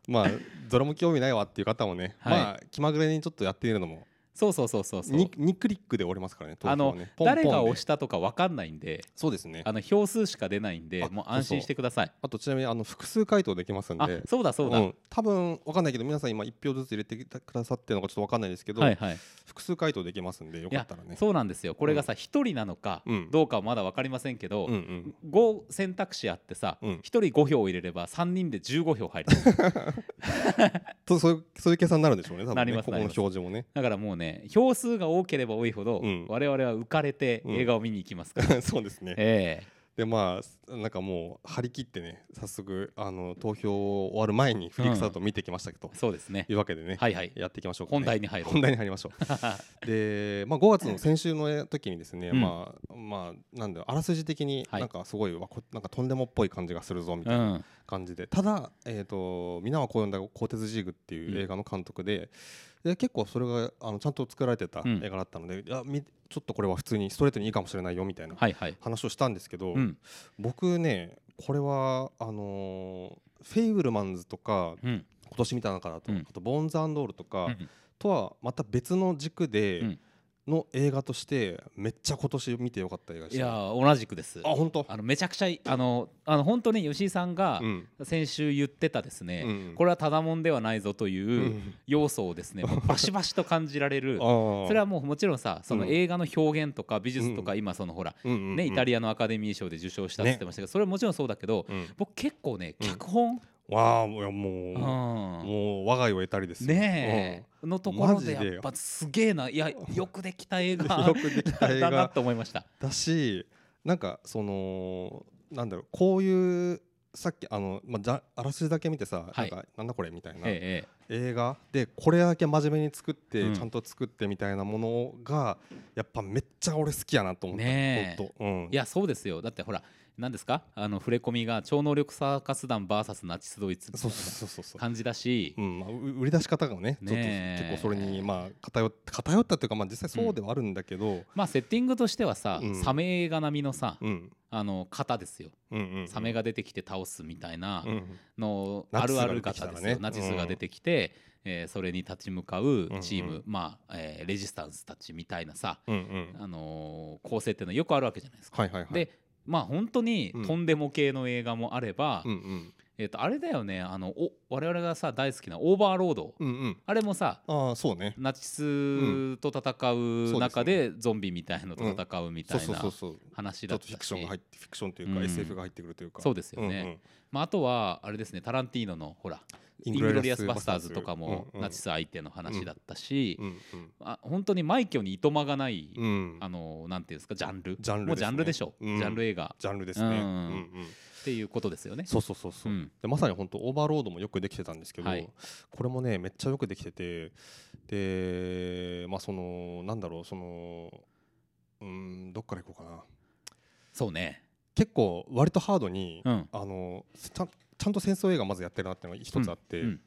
Speaker 2: まあどれも興味ないわっていう方もね、
Speaker 1: はい
Speaker 2: まあ気まぐれにちょっとやってみるのも
Speaker 1: そうそうそうそうそう
Speaker 2: に 2, クリックで終わりますからね投票
Speaker 1: あの
Speaker 2: ねポンポン
Speaker 1: 誰
Speaker 2: で
Speaker 1: が押したとかわかんないんで
Speaker 2: そうですね
Speaker 1: あの票数しか出ないんで
Speaker 2: あ
Speaker 1: もう安心してください
Speaker 2: あとちなみにあの複数回答できますん
Speaker 1: あ
Speaker 2: で
Speaker 1: そうだそうだ、
Speaker 2: ん多分わかんないけど皆さん今1票ずつ入れてくださってるのかちょっとわかんないですけど、
Speaker 1: はいはい
Speaker 2: 複数回答できますんでよ
Speaker 1: い
Speaker 2: かっ
Speaker 1: や
Speaker 2: たらね
Speaker 1: そうなんですよこれがさ一、人なのか
Speaker 2: うん
Speaker 1: どうかはまだ分かりませんけど、
Speaker 2: うんうん
Speaker 1: 5選択肢あってさ、
Speaker 2: うん
Speaker 1: 一1人5票入れれば3人で15票入る
Speaker 2: とそういうそういう計算になるんでしょうね多
Speaker 1: な
Speaker 2: 分
Speaker 1: り
Speaker 2: ね
Speaker 1: ます
Speaker 2: ここの
Speaker 1: なり
Speaker 2: 表
Speaker 1: ます
Speaker 2: 示もね
Speaker 1: だからもうね票数が多ければ多いほど、
Speaker 2: うん
Speaker 1: 我々は浮かれて
Speaker 2: うん
Speaker 1: 映画を見に行きますから、
Speaker 2: そうですね
Speaker 1: え
Speaker 2: でまあなんかもう張り切ってね早速あの投票終わる前にフリックスアウトを見てきましたけど、
Speaker 1: えそうですね
Speaker 2: いうわけでね、
Speaker 1: はいはい
Speaker 2: やっていきましょうか、ね、
Speaker 1: 本題に入ろう
Speaker 2: 本題に入りましょ うで、まあ、5月の先週の時にですね、
Speaker 1: うん
Speaker 2: まあまあなんだろうあらすじ的に
Speaker 1: はい
Speaker 2: なんかすごい、わこなんかとんでもっぽい感じがするぞみた
Speaker 1: う
Speaker 2: いなん感じで、ただえっ、と皆はこう呼んだ鋼鉄ジーグっていう映画の監督で,、で結構それがあのちゃんと作られてた
Speaker 1: うん
Speaker 2: 映画だったので、いやみちょっとこれは普通にストレートにいいかもしれないよみたいな
Speaker 1: はいはい
Speaker 2: 話をしたんですけど、
Speaker 1: うん
Speaker 2: 僕ねこれはあのーフェイブルマンズとか
Speaker 1: うん
Speaker 2: 今年見た中だと、
Speaker 1: うん
Speaker 2: あとボーンズドールとか、
Speaker 1: うん
Speaker 2: とはまた別の軸
Speaker 1: う
Speaker 2: で
Speaker 1: ん
Speaker 2: の映画としてめっちゃ今年見てよかった映画で
Speaker 1: い
Speaker 2: した
Speaker 1: や
Speaker 2: ね、
Speaker 1: ー同じくです
Speaker 2: あ本当
Speaker 1: あのめちゃくちゃいあのあの本当に吉井さんが
Speaker 2: うん
Speaker 1: 先週言ってたですね、
Speaker 2: うん
Speaker 1: これはただもんではないぞといううん要素をですね、もうバシバシと感じられる
Speaker 2: あー
Speaker 1: それはもうもちろんさその
Speaker 2: うん
Speaker 1: 映画の表現とか美術とか
Speaker 2: う
Speaker 1: 今そのほら
Speaker 2: うんうんうん
Speaker 1: ねイタリアのアカデミー賞で受賞したって言ってましたけどそれはもちろんそうだけど
Speaker 2: うん
Speaker 1: 僕結構ね
Speaker 2: うん
Speaker 1: 脚本
Speaker 2: わあもう
Speaker 1: う
Speaker 2: もうんもう我が家を得たりですよ
Speaker 1: ねえのところ
Speaker 2: マジ
Speaker 1: で
Speaker 2: で
Speaker 1: やっぱすげえないやよくできた映
Speaker 2: うん
Speaker 1: 画
Speaker 2: よくできた映
Speaker 1: だな
Speaker 2: 画
Speaker 1: と思いました。
Speaker 2: だしなんかそのなんだろうこういうさっきあの、まあ、じゃあらすじだけ見てさ、
Speaker 1: はい
Speaker 2: なんかなんだこれみたいな、
Speaker 1: ええ
Speaker 2: 映画でこれだけ真面目に作って、
Speaker 1: うん
Speaker 2: ちゃんと作ってみたいなものがやっぱめっちゃ俺好きやなと思った、
Speaker 1: ねえ
Speaker 2: ほんとうん、
Speaker 1: いやそうですよだってほら何ですかあの触れ込みが超能力サーカス団 VS ナチスドイツみた
Speaker 2: そ
Speaker 1: いうな
Speaker 2: そうそうそうそう
Speaker 1: 感じだし
Speaker 2: うんまあ、う売り出し方がね
Speaker 1: ねえ
Speaker 2: ちょっと結構それにまあ偏っ偏ったっていうか、まあ、実際そうではあるんだけど、
Speaker 1: まあセッティングとしてはさ
Speaker 2: うん
Speaker 1: サメ映画並みのさ
Speaker 2: うん
Speaker 1: あの型ですよ
Speaker 2: うんうんうん、
Speaker 1: サメが出てきて倒すみたいな
Speaker 2: うん
Speaker 1: の
Speaker 2: ナ
Speaker 1: あ
Speaker 2: チス
Speaker 1: る
Speaker 2: が
Speaker 1: ある型ですよナチ
Speaker 2: 出てきたらね
Speaker 1: スが出てきて、えーそれに立ち向かうチーム、
Speaker 2: うんうん
Speaker 1: まあえーレジスタンスたちみたいなさ、
Speaker 2: うんうん、
Speaker 1: あのー構成っていうのはよくあるわけじゃないですか。
Speaker 2: はいはいはい
Speaker 1: でまあ本当に
Speaker 2: うん
Speaker 1: とんでも系の映画もあれば、
Speaker 2: うんうん
Speaker 1: えー、とあれだよねあのお我々がさ大好きな「オーバーロード」
Speaker 2: うんうん
Speaker 1: あれもさ
Speaker 2: ああそうね
Speaker 1: ナチスと戦う中でゾンビみたいのと戦うみたい
Speaker 2: そうそう
Speaker 1: な
Speaker 2: そうそう
Speaker 1: 話
Speaker 2: ちょ
Speaker 1: だ
Speaker 2: っ
Speaker 1: っ
Speaker 2: とフィ
Speaker 1: た
Speaker 2: クション
Speaker 1: し
Speaker 2: が入ってフィクションというか、
Speaker 1: うん
Speaker 2: SF が入ってくるというか
Speaker 1: そうですよねまああとはあれですねタランティーノのほらイングロリアス・バスターズとかもナチ
Speaker 2: ス、
Speaker 1: ス相手の話だったし、
Speaker 2: うんうん
Speaker 1: あ本当に枚挙にいとまがない、
Speaker 2: うん、
Speaker 1: あのなんていうんですかジャンル
Speaker 2: ジャンルですね
Speaker 1: もうジャンルでしょ、
Speaker 2: うん
Speaker 1: ジャンル映画
Speaker 2: ジャンルですね、
Speaker 1: う
Speaker 2: うんんうん、
Speaker 1: っていうことですよね。
Speaker 2: そうそうそうそう、
Speaker 1: うん
Speaker 2: でまさに本当オーバーロードもよくできてたんですけど、
Speaker 1: はい
Speaker 2: これもねめっちゃよくできててでまあそのなんだろうそのうんどっから行こうかな
Speaker 1: そうね、
Speaker 2: 結構割とハードに、
Speaker 1: うん
Speaker 2: あのちゃんちゃんと戦争映画まずやってるなっていうのが一つあって、
Speaker 1: うん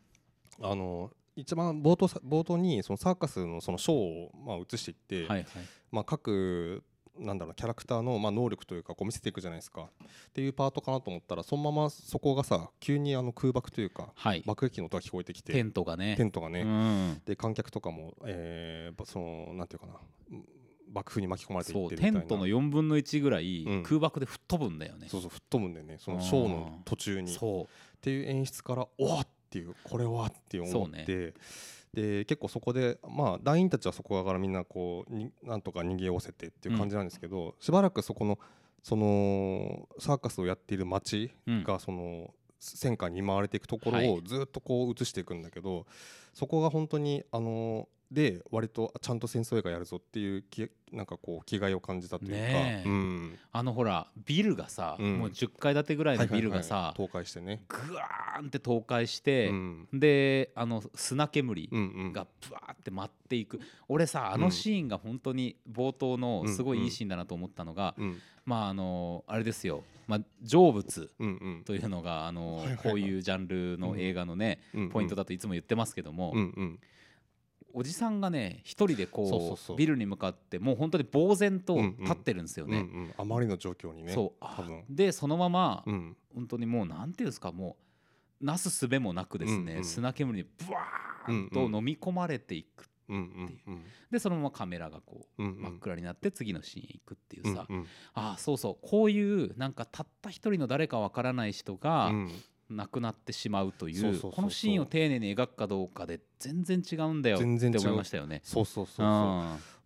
Speaker 2: あの一番冒頭さ冒頭にそのサーカスのそのショーをまあ映していって、
Speaker 1: はいはい、
Speaker 2: まあ、各なんだろうキャラクターのまあ能力というかこう見せていくじゃないですかっていうパートかなと思ったらそのままそこがさ急にあの空爆というか
Speaker 1: はい、
Speaker 2: 爆撃機の音が聞こえてきて
Speaker 1: テントがね
Speaker 2: テントがね、
Speaker 1: うん
Speaker 2: で観客とかも、えーばそのなんていうかなうん爆風に巻き込まれてい
Speaker 1: そ
Speaker 2: っ
Speaker 1: う
Speaker 2: てみた
Speaker 1: テ
Speaker 2: いな
Speaker 1: ントの4分の1ぐらい
Speaker 2: うん
Speaker 1: 空爆で吹っ飛ぶんだよね。
Speaker 2: そうそう吹っ飛ぶんだよねそのショーの途中に
Speaker 1: そ
Speaker 2: っていう演出からおわっていうこれはっていう思って、で結構そこでまあ団員たちはそこからみんなこうになんとか逃げおせてっていう感じなんですけど、しばらくそこのそのサーカスをやっている街
Speaker 1: うん
Speaker 2: がその戦火に見舞われていくとこ
Speaker 1: は
Speaker 2: ろ
Speaker 1: い
Speaker 2: をずっとこう映していくんだけど、そこが本当にあので割とちゃんと戦争映画やるぞっていうきなんかこう気概を感じたというか、
Speaker 1: ねえ
Speaker 2: うん
Speaker 1: あのほらビルがさ、
Speaker 2: うん
Speaker 1: もう10階建てぐらいのビルが
Speaker 2: はいは
Speaker 1: さ、
Speaker 2: いはい倒壊してね、
Speaker 1: グワーンって倒壊して、
Speaker 2: うん
Speaker 1: であの砂煙、
Speaker 2: うんうん、
Speaker 1: がブワーって舞っていく俺さあのシーンが本当に冒頭のすごいいいシーンだなと思ったのが、
Speaker 2: うん
Speaker 1: まああのあれですよ、まあ、成仏
Speaker 2: うんうん
Speaker 1: というのがあの、
Speaker 2: はいはいはい
Speaker 1: こういうジャンルの映画のね、ポイント
Speaker 2: だ
Speaker 1: だといつも言ってますけども、
Speaker 2: うんうん
Speaker 1: おじさんがね一人でこう
Speaker 2: そうそうそう
Speaker 1: ビルに向かってもう本当に呆然と
Speaker 2: うんうん
Speaker 1: 立ってるんですよ
Speaker 2: うんう
Speaker 1: ね。
Speaker 2: ん、あまりの状況にね
Speaker 1: そう
Speaker 2: 多分
Speaker 1: でそのまま、
Speaker 2: うん
Speaker 1: 本当にもうなんていうんですかもうなすすべもなくですね、
Speaker 2: うんうん
Speaker 1: 砂煙にブワーンと飲み込まれていく、
Speaker 2: うんうんうん
Speaker 1: でそのままカメラがこう
Speaker 2: うんうん
Speaker 1: 真っ暗になって次のシーンへ行くっていうさ、
Speaker 2: うんうん
Speaker 1: ああそうそうこういうなんかたった一人の誰かわからない人が
Speaker 2: うん
Speaker 1: 亡くなってしまうとい
Speaker 2: そうそう
Speaker 1: う
Speaker 2: そうそう
Speaker 1: このシーンを丁寧に描くかどうかで全然違うんだよって
Speaker 2: 全然違う
Speaker 1: 思いましたよね。
Speaker 2: そうそうそうそう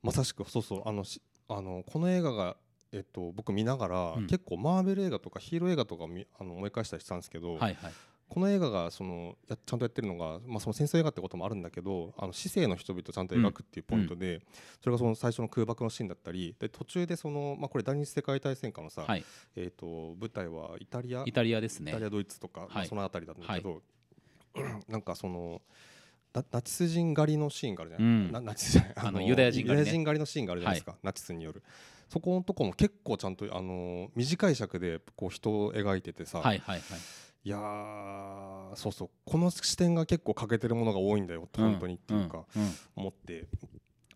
Speaker 2: まさしくそうそうあのしあのこの映画がえっと僕見ながら、
Speaker 1: うん
Speaker 2: 結構マーベル映画とかヒーロー映画とか見あの思い返したりしたんですけ
Speaker 1: う
Speaker 2: ど、
Speaker 1: んはいはい、
Speaker 2: この映画がそのやちゃんとやってるのが、まあ、その戦争映画ってこともあるんだけどあの市政の人々をちゃんと描くっていうポイントで、それがその最初の空爆のシーンだったりで途中でその、まあ、これ第二次世界大戦下のさ、
Speaker 1: はい、
Speaker 2: えっと舞台はイタリア
Speaker 1: イタリアです
Speaker 2: イ
Speaker 1: ね
Speaker 2: タリアドイツとか、まあ
Speaker 1: はい
Speaker 2: その辺りだったんだけど、 なんかそのナナチス人狩りのシーンがあるじゃない、
Speaker 1: うん
Speaker 2: なナチスじゃない
Speaker 1: あのユダヤ人狩りね
Speaker 2: のシーンがあるじゃないですか、ナチスによるそこのとこも結構ちゃんとあの短い尺でこう人を描いててさ、
Speaker 1: はいはいはい
Speaker 2: いやーそうそうこの視点が結構欠けてるものが多いんだよ本当にっていうか、、
Speaker 1: んんん
Speaker 2: 思って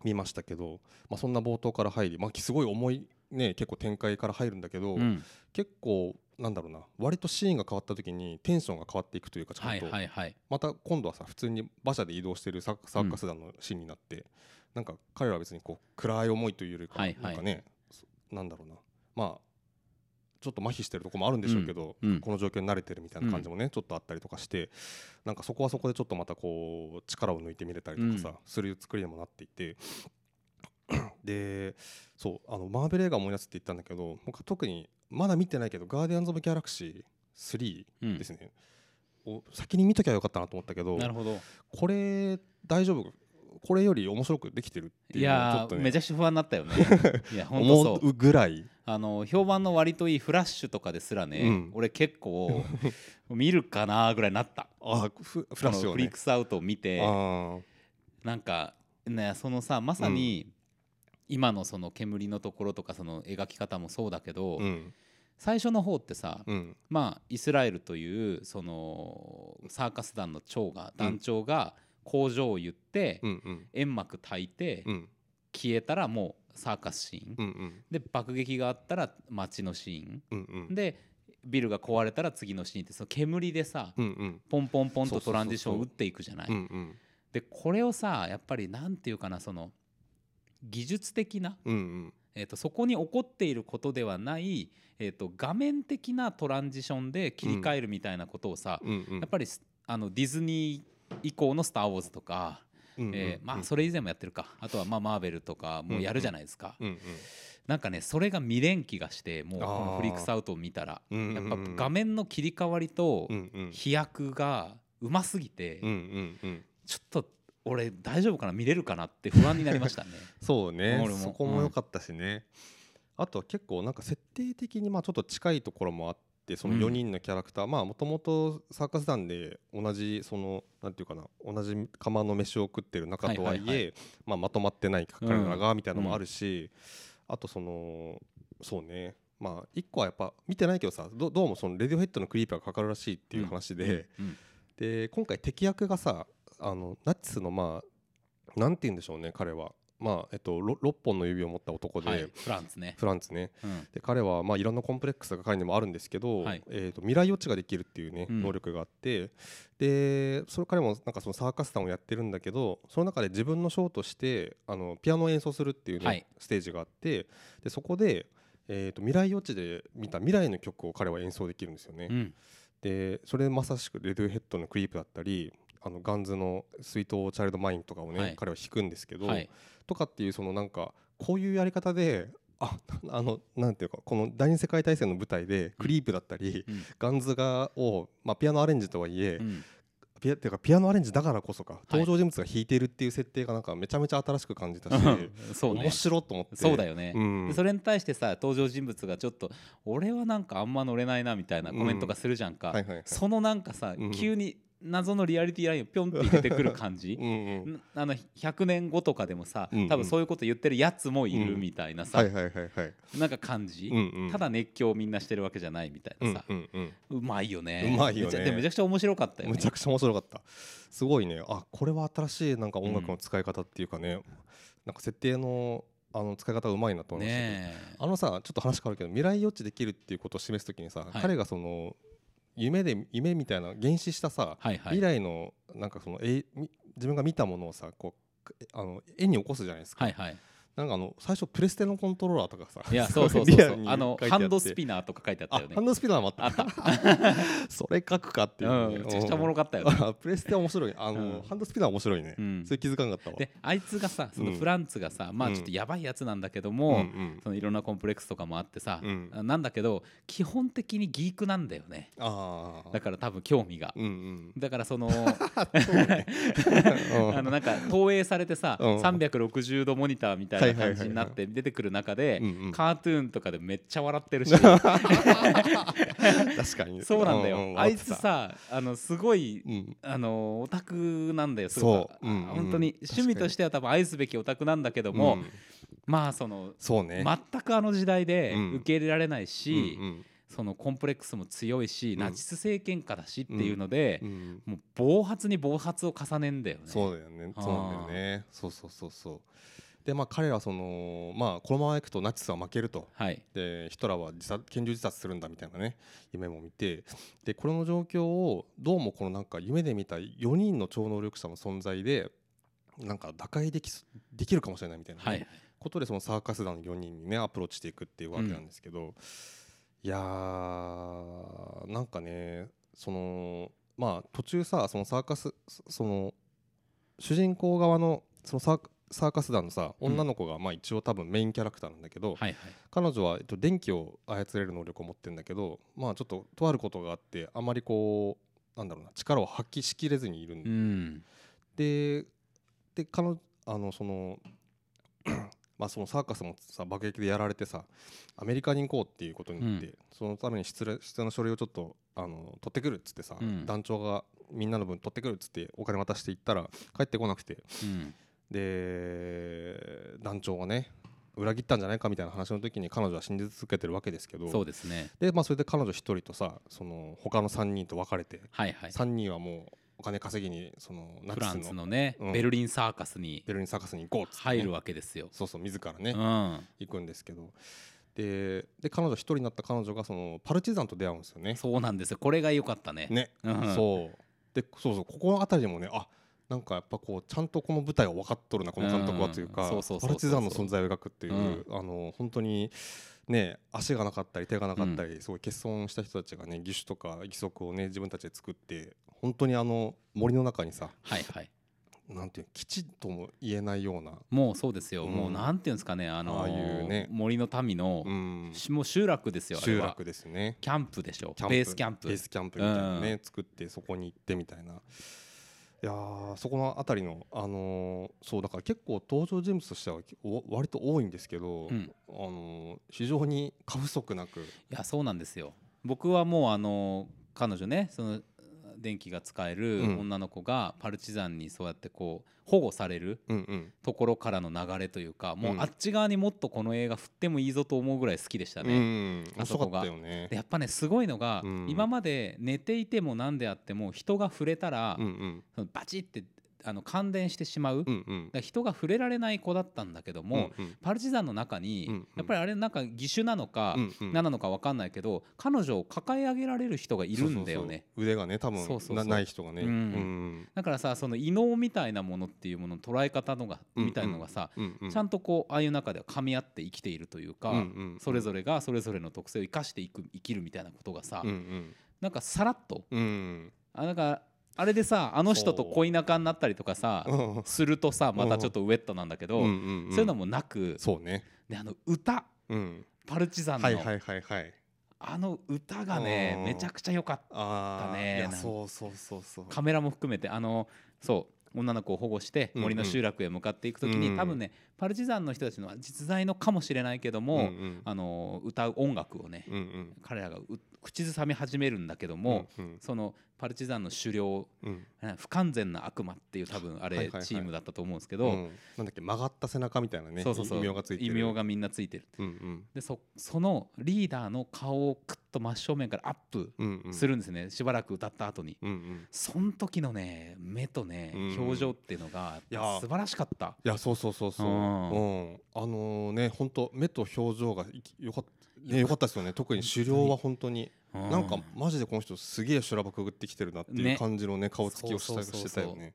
Speaker 2: 見ましたけど、まあ、そんな冒頭から入り、まあ、すごい重いね結構展開から入るんだけど、
Speaker 1: うん
Speaker 2: 結構なんだろうな割とシーンが変わった時にテンションが変わっていくというかちゃ
Speaker 1: は
Speaker 2: ん
Speaker 1: い
Speaker 2: と、
Speaker 1: はいはい
Speaker 2: また今度はさ普通に馬車で移動してるササーカス団のシーンになって、なんか彼らは別にこう暗い思いというよりか、
Speaker 1: はいはい
Speaker 2: なんかねそなんだろうなまあちょっと麻痺してるとこもあるんでしょうけど、
Speaker 1: うんうん
Speaker 2: この状況に慣れてるみたいな感じもね、ちょっとあったりとかしてなんかそこはそこでちょっとまたこう力を抜いて見れたりとかさ、
Speaker 1: うん
Speaker 2: する作りにもなっていてでそうあのマーベル映画思い出すって言ったんだけど僕は特にまだ見てないけど「ガーディアンズ・オブ・ギャラクシー3」
Speaker 1: うん
Speaker 2: ですね、を先に見ときゃよかったなと思ったけど
Speaker 1: なるほど
Speaker 2: これ大丈夫これより面白くできてるって
Speaker 1: い
Speaker 2: いうのはちょ
Speaker 1: や
Speaker 2: っと
Speaker 1: ー
Speaker 2: ね
Speaker 1: めちゃくちゃ不安になった よねいや本当そ
Speaker 2: 思
Speaker 1: う
Speaker 2: うぐらい
Speaker 1: あの評判の割といいフラッシュとかですらね、
Speaker 2: うん
Speaker 1: 俺結 構見るかなぐらいになった
Speaker 2: あフフラッシュ
Speaker 1: この
Speaker 2: を
Speaker 1: フリー
Speaker 2: ね
Speaker 1: クスアウトを見て
Speaker 2: あー
Speaker 1: なんかねそのさまさに今のその煙のところとかその描き方もそうだけど、
Speaker 2: うん
Speaker 1: 最初の方ってさ、
Speaker 2: うん
Speaker 1: まあイスラエルというそのサーカス団の長が団長が工場を言って、
Speaker 2: うんうん
Speaker 1: 煙幕焚いて、
Speaker 2: うん
Speaker 1: 消えたらもうサーカスシーン、
Speaker 2: うんうん
Speaker 1: で爆撃があったら街のシーン、
Speaker 2: うんうん
Speaker 1: でビルが壊れたら次のシーンってその煙でさ、
Speaker 2: うんうん
Speaker 1: ポンポンポン
Speaker 2: そ
Speaker 1: と
Speaker 2: う
Speaker 1: ト
Speaker 2: そうそうそう
Speaker 1: ランジションを打っていくじゃない。
Speaker 2: うんうん
Speaker 1: でこれをさやっぱりなんていうかなその技術的な、
Speaker 2: うんうん
Speaker 1: えー、とそこに起こっていることではない、えー、と画面的なトランジションで切り替えるみたいなことをさ、
Speaker 2: うんうん
Speaker 1: やっぱりすあのディズニー以降の「スター・ウォーズ」とか、
Speaker 2: うんうん
Speaker 1: えーまあそれ以前もやってるかあとはまあマーベルとかもやるじゃないですか、
Speaker 2: うんうん
Speaker 1: なんかねそれが未練気がしてもうこの「フリークスアウト」を見たら
Speaker 2: うんうん
Speaker 1: や
Speaker 2: う
Speaker 1: っ
Speaker 2: ん
Speaker 1: ぱ画面の切り替わりと
Speaker 2: うんうん
Speaker 1: 飛躍がうますぎて、
Speaker 2: うんうんうん
Speaker 1: ちょっと俺大丈夫かな見れるかなって不安になりましたね。
Speaker 2: そうね
Speaker 1: 俺も
Speaker 2: そこも良かったしね、あとは結構なんか設定的にまあちょっと近いところもあってその
Speaker 1: うん
Speaker 2: 4人のキャラクター、まあもともとサーカス団で同じそのなんていうかな同じ釜の飯を食ってる仲とはいえ、
Speaker 1: はいはい
Speaker 2: まあ、まとまってない彼らがみたいなのもあるし、あとそのそうねまあ一個はやっぱ見てないけどさどどうもそのレディオヘッドのクリーパーがかかるらしいっていう話 で、
Speaker 1: うん
Speaker 2: で今回敵役がさあのナチスのまあなんて言うんでしょうね彼はまあえっとろ6本の指を持った男で、
Speaker 1: はい、フランスね、
Speaker 2: フランツね
Speaker 1: うん
Speaker 2: で彼はまあいろんなコンプレックスが彼にもあるんですけど、
Speaker 1: はい
Speaker 2: えー、と未来予知ができるっていうね、
Speaker 1: うん
Speaker 2: 能力があってでそれ彼もなんかそのサーカス団をやってるんだけどその中で自分のショーとしてあのピアノを演奏するっていう、ね
Speaker 1: はい
Speaker 2: ステージがあってでそこで、えー、と未来予知で見た未来の曲を彼は演奏できるんですよね。
Speaker 1: うん
Speaker 2: でそれまさしくレディヘッドのクリープだったりあのガンズの「スイート・チャイルド・マイン」とかをね、
Speaker 1: はい
Speaker 2: 彼は弾くんですけど、
Speaker 1: はい、
Speaker 2: とかっていうそのなんかこういうやり方でああのなんていうかこの第二次世界大戦の舞台でクリープだったり、
Speaker 1: うん
Speaker 2: ガンズがを、まあ、ピアノアレンジとはいえ、
Speaker 1: うん
Speaker 2: ピアっていうかピアノアレンジだからこそか登場人物が弾いてるっていう設定がなんかめちゃめちゃ新しく感じたし、
Speaker 1: そうね
Speaker 2: 面白いと思って
Speaker 1: そうだよね、
Speaker 2: うん
Speaker 1: でそれに対してさ登場人物がちょっと俺はなんかあんま乗れないなみたいなコメントがするじゃんか、
Speaker 2: はいはいはい
Speaker 1: そのなんかさ、
Speaker 2: うん
Speaker 1: 急に謎のリアリティラインをぴょんって出てくる感じ
Speaker 2: うん うん
Speaker 1: んあの100年後とかでもさ
Speaker 2: うんうん
Speaker 1: 多分そういうこと言ってるやつもいるみたいなさ、
Speaker 2: はいはいはいはい、
Speaker 1: なんか感じ、
Speaker 2: うんうん
Speaker 1: ただ熱狂をみんなしてるわけじゃないみたいなさ、
Speaker 2: うんうんうん
Speaker 1: うまいよね
Speaker 2: うまいよね
Speaker 1: めちゃでもめちゃくちゃ面白かったよね
Speaker 2: めちゃくちゃ面白かったすごいねあこれは新しいなんか音楽の使い方っていうかね、なんか設定のあの使い方うまいなと思いましたね
Speaker 1: ねえ
Speaker 2: あのさちょっと話変わるけど未来予知できるっていうことを示すときにさ、
Speaker 1: はい
Speaker 2: 彼がその夢で夢みたいな原始したさ、
Speaker 1: はいはい
Speaker 2: 未来のなんかそのえみ自分が見たものをさこうえあの絵に起こすじゃないですか、
Speaker 1: はいはい
Speaker 2: なんかあの最初プレステのコントローラーとかさ
Speaker 1: いや
Speaker 2: す
Speaker 1: そ
Speaker 2: ご
Speaker 1: うそうそう
Speaker 2: リ
Speaker 1: そ
Speaker 2: アル
Speaker 1: う
Speaker 2: に
Speaker 1: あの
Speaker 2: 書いて
Speaker 1: ハ
Speaker 2: って
Speaker 1: ンドスピナーとか書いてあったよ
Speaker 2: あハン
Speaker 1: ね
Speaker 2: ドスピナーもあった
Speaker 1: あった
Speaker 2: それ書くかっていう
Speaker 1: うん
Speaker 2: ね、
Speaker 1: めちゃくちゃおもろかったよね
Speaker 2: あプレステ面白いあ
Speaker 1: う
Speaker 2: の、
Speaker 1: ん
Speaker 2: ハンドスピナー面白いね、
Speaker 1: うん
Speaker 2: それ気づかなかったわ
Speaker 1: であいつがさその
Speaker 2: うん
Speaker 1: フランツがさ、まあ
Speaker 2: うん
Speaker 1: ちょっとやばいやつなんだけど
Speaker 2: うん
Speaker 1: も、
Speaker 2: うん
Speaker 1: そのいろんなコンプレックスとかもあってさ、
Speaker 2: うん
Speaker 1: あなんだけど基本的にギークなんだよね
Speaker 2: ああ
Speaker 1: だから多分興味が、
Speaker 2: うんうん
Speaker 1: だからその
Speaker 2: そうねうん
Speaker 1: あのなんか投影されてさ、
Speaker 2: うん
Speaker 1: 360度モニターみたいな感じになって出てくる中で、
Speaker 2: うんうん
Speaker 1: カートゥーンとかでめっちゃ笑ってる し
Speaker 2: 確かに
Speaker 1: そうなんだよ、
Speaker 2: う
Speaker 1: あいつさあのすごい
Speaker 2: うん
Speaker 1: あのオタクなんだよす
Speaker 2: そう
Speaker 1: ごく
Speaker 2: うんうん
Speaker 1: 本当に趣味としては多分愛すべきオタクなんだけども、
Speaker 2: うん
Speaker 1: まあその
Speaker 2: そうね
Speaker 1: 全くあの時代で
Speaker 2: うん
Speaker 1: 受け入れられない
Speaker 2: うん
Speaker 1: し、
Speaker 2: うん
Speaker 1: そのコンプレックスも強いし、
Speaker 2: うん
Speaker 1: ナチス政権下だしっていうので
Speaker 2: う、ん
Speaker 1: もう暴発に暴発を重ねんだよね。
Speaker 2: そうだよね
Speaker 1: あー
Speaker 2: そうなんだよねそうそうそうそうでまあ彼らそのまあこのままいくとナチスは負けると
Speaker 1: はい
Speaker 2: でヒトラーは自殺拳銃自殺するんだみたいなね夢も見てでこれの状況をどうもこのなんか夢で見た4人の超能力者の存在でなんか打開できそできるかもしれないみたいなね、
Speaker 1: はい
Speaker 2: ことでそのサーカス団の4人にねアプローチしていくっていうわけなんですけど、いやーなんかねそのまあ途中さそのサーカスそその主人公側のそのサーカサーカス団のさ
Speaker 1: ん
Speaker 2: 女の子がまあ一応多分メインキャラクターなんだけど、
Speaker 1: はいはい
Speaker 2: 彼女は、えっと、電気を操れる能力を持ってるんだけどまあちょっととあることがあってあまりこうなんだろうな力を発揮しきれずにいるん
Speaker 1: うん
Speaker 2: でで彼女あのその まあそのサーカスもさ爆撃でやられてさアメリカに行こうっていうことになって、
Speaker 1: う
Speaker 2: そのために失礼失礼の書類をちょっとあの取ってくるっつってさ、
Speaker 1: うん
Speaker 2: 団長がみんなの分取ってくるっつってお金渡して行ったら帰ってこなくて
Speaker 1: うん
Speaker 2: で団長がね裏切ったんじゃないかみたいな話の時に彼女は信じ続けてるわけですけど
Speaker 1: そうですね
Speaker 2: で、まあ、それで彼女一人とさその他の3人と別れて、
Speaker 1: はいはい
Speaker 2: 3人はもうお金稼ぎにそのナ
Speaker 1: フ
Speaker 2: チ
Speaker 1: ラ
Speaker 2: ス
Speaker 1: ンスの
Speaker 2: の
Speaker 1: ね、
Speaker 2: うん
Speaker 1: ベルリンサーカスに
Speaker 2: ベルリンサーカスに行こうっつってね、
Speaker 1: 入るわけですよ、
Speaker 2: そうそう自らね、
Speaker 1: うん
Speaker 2: 行くんですけどでで彼女一人になった彼女がそのパルチザンと出会うんですよね。
Speaker 1: そうなんですよこれが良かったね
Speaker 2: ね、
Speaker 1: うん
Speaker 2: そうでそうそうここの辺りもねあなんかやっぱこうちゃんとこの舞台を分かっとるなこの監督はという
Speaker 1: う
Speaker 2: か
Speaker 1: んそうそうそうそう
Speaker 2: パルチザンの存在を描くっていう、あの本当にね足がなかったり手がなかったり、すごい欠損した人たちがね義手とか義足をね自分たちで作って本当にあの森の中にさ
Speaker 1: はいはい
Speaker 2: なんていうの基地とも言えないような、
Speaker 1: もうそうですよ、
Speaker 2: うん
Speaker 1: もうなんていうんですかねあのー
Speaker 2: ああいうね
Speaker 1: 森の民の、
Speaker 2: うん、
Speaker 1: しもう集落ですよあれ
Speaker 2: 集
Speaker 1: は
Speaker 2: 落ですね。
Speaker 1: キャンプでしょ
Speaker 2: キャンプ
Speaker 1: ベースキャンプ
Speaker 2: ベースキャンプみたいなね、
Speaker 1: う
Speaker 2: 作ってそこに行ってみたいないやーそこのあたりの、あのーそうだから結構登場人物としてはお割と多いんですけど、
Speaker 1: うん
Speaker 2: あのー非常に過不足なく、
Speaker 1: いやそうなんですよ僕はもうあの彼女ねその電気が使える
Speaker 2: うん
Speaker 1: 女の子がパルチザンにそうやってこう保護される
Speaker 2: うんうん、
Speaker 1: ところからの流れというかもううんあっち側にもっとこの映画振ってもいいぞと思うぐらい好きでした
Speaker 2: うん
Speaker 1: ね。
Speaker 2: うん面白かったよね
Speaker 1: でやっぱねすごいのが、
Speaker 2: うん
Speaker 1: 今まで寝ていても何であっても人が触れたら、
Speaker 2: うんうん
Speaker 1: そのバチってあの感電してしまう、
Speaker 2: う
Speaker 1: だか
Speaker 2: んうん
Speaker 1: ら人が触れられない子だったんだけども、
Speaker 2: うんうん
Speaker 1: パルチザンの中に、
Speaker 2: うんうん
Speaker 1: やっぱりあれなんか義手なのか、
Speaker 2: うんうん
Speaker 1: 何なのか分かんないけど彼女を抱え上げられる人がいるんだよね。
Speaker 2: そうそうそう腕がね多分
Speaker 1: そうそうそう
Speaker 2: なない人がね、
Speaker 1: うん
Speaker 2: うん
Speaker 1: だからさその異能みたいなものっていうものの捉え方のが、
Speaker 2: うん
Speaker 1: みたいのがさ、
Speaker 2: うんうん、
Speaker 1: ちゃんとこうああいう中では噛み合って生きているというか、
Speaker 2: うんうん
Speaker 1: それぞれがそれぞれの特性を生かしていく生きるみたいなことがさ、
Speaker 2: うんうん
Speaker 1: なんかさらっと
Speaker 2: うん
Speaker 1: あなんかあれでさあの人と恋仲になったりとかさ
Speaker 2: うん
Speaker 1: するとさまたちょっとウェットなんだけど、
Speaker 2: うんうんうん
Speaker 1: そういうのもなく
Speaker 2: そうね、
Speaker 1: であの歌
Speaker 2: うん、
Speaker 1: パルチザンの、
Speaker 2: はいはいはいはい
Speaker 1: あの歌がね
Speaker 2: うん
Speaker 1: めちゃくちゃ良かった。
Speaker 2: あ
Speaker 1: だ
Speaker 2: あ
Speaker 1: ね
Speaker 2: い
Speaker 1: な
Speaker 2: や
Speaker 1: んか
Speaker 2: そうそうそうそう
Speaker 1: カメラも含めてあのそう女の子を保護して
Speaker 2: うんうん
Speaker 1: 森の集落へ向かっていくときに、
Speaker 2: うん
Speaker 1: 多分ねパルチザンの人たちの実在のかもしれないけども、
Speaker 2: うんうん
Speaker 1: あの歌う音楽をね、
Speaker 2: うんうん
Speaker 1: 彼らがう口ずさみ始めるんだけども、
Speaker 2: うん
Speaker 1: そのパルチザンの狩猟
Speaker 2: うんうん
Speaker 1: え不完全な悪魔っていう多分あ
Speaker 2: は
Speaker 1: れ
Speaker 2: いはいはい
Speaker 1: チームだったと思うんですけ
Speaker 2: う
Speaker 1: ど、
Speaker 2: んなんだっけ曲がった背中みたいなね
Speaker 1: そうそうそう
Speaker 2: 異名がついてる
Speaker 1: 異名がみんなついてる
Speaker 2: うんうん
Speaker 1: でそそのリーダーの顔をクッと真正面からアップ
Speaker 2: うんうん
Speaker 1: するんですね、しばらく歌った後に
Speaker 2: うんうん
Speaker 1: その時のね目とね、
Speaker 2: うん
Speaker 1: 表情っていうのが
Speaker 2: いやー
Speaker 1: 素晴らしかった。
Speaker 2: いやそうそうそうそう
Speaker 1: う
Speaker 2: うんんあのね本当目と表情がいきよかったねよかったですよね特に狩猟は本当に
Speaker 1: な
Speaker 2: なんかマジでこの人すげえ修羅場くぐってきてるなってい
Speaker 1: ね
Speaker 2: う感じのね顔つきをし
Speaker 1: そう
Speaker 2: た
Speaker 1: そうそうそう
Speaker 2: してたよね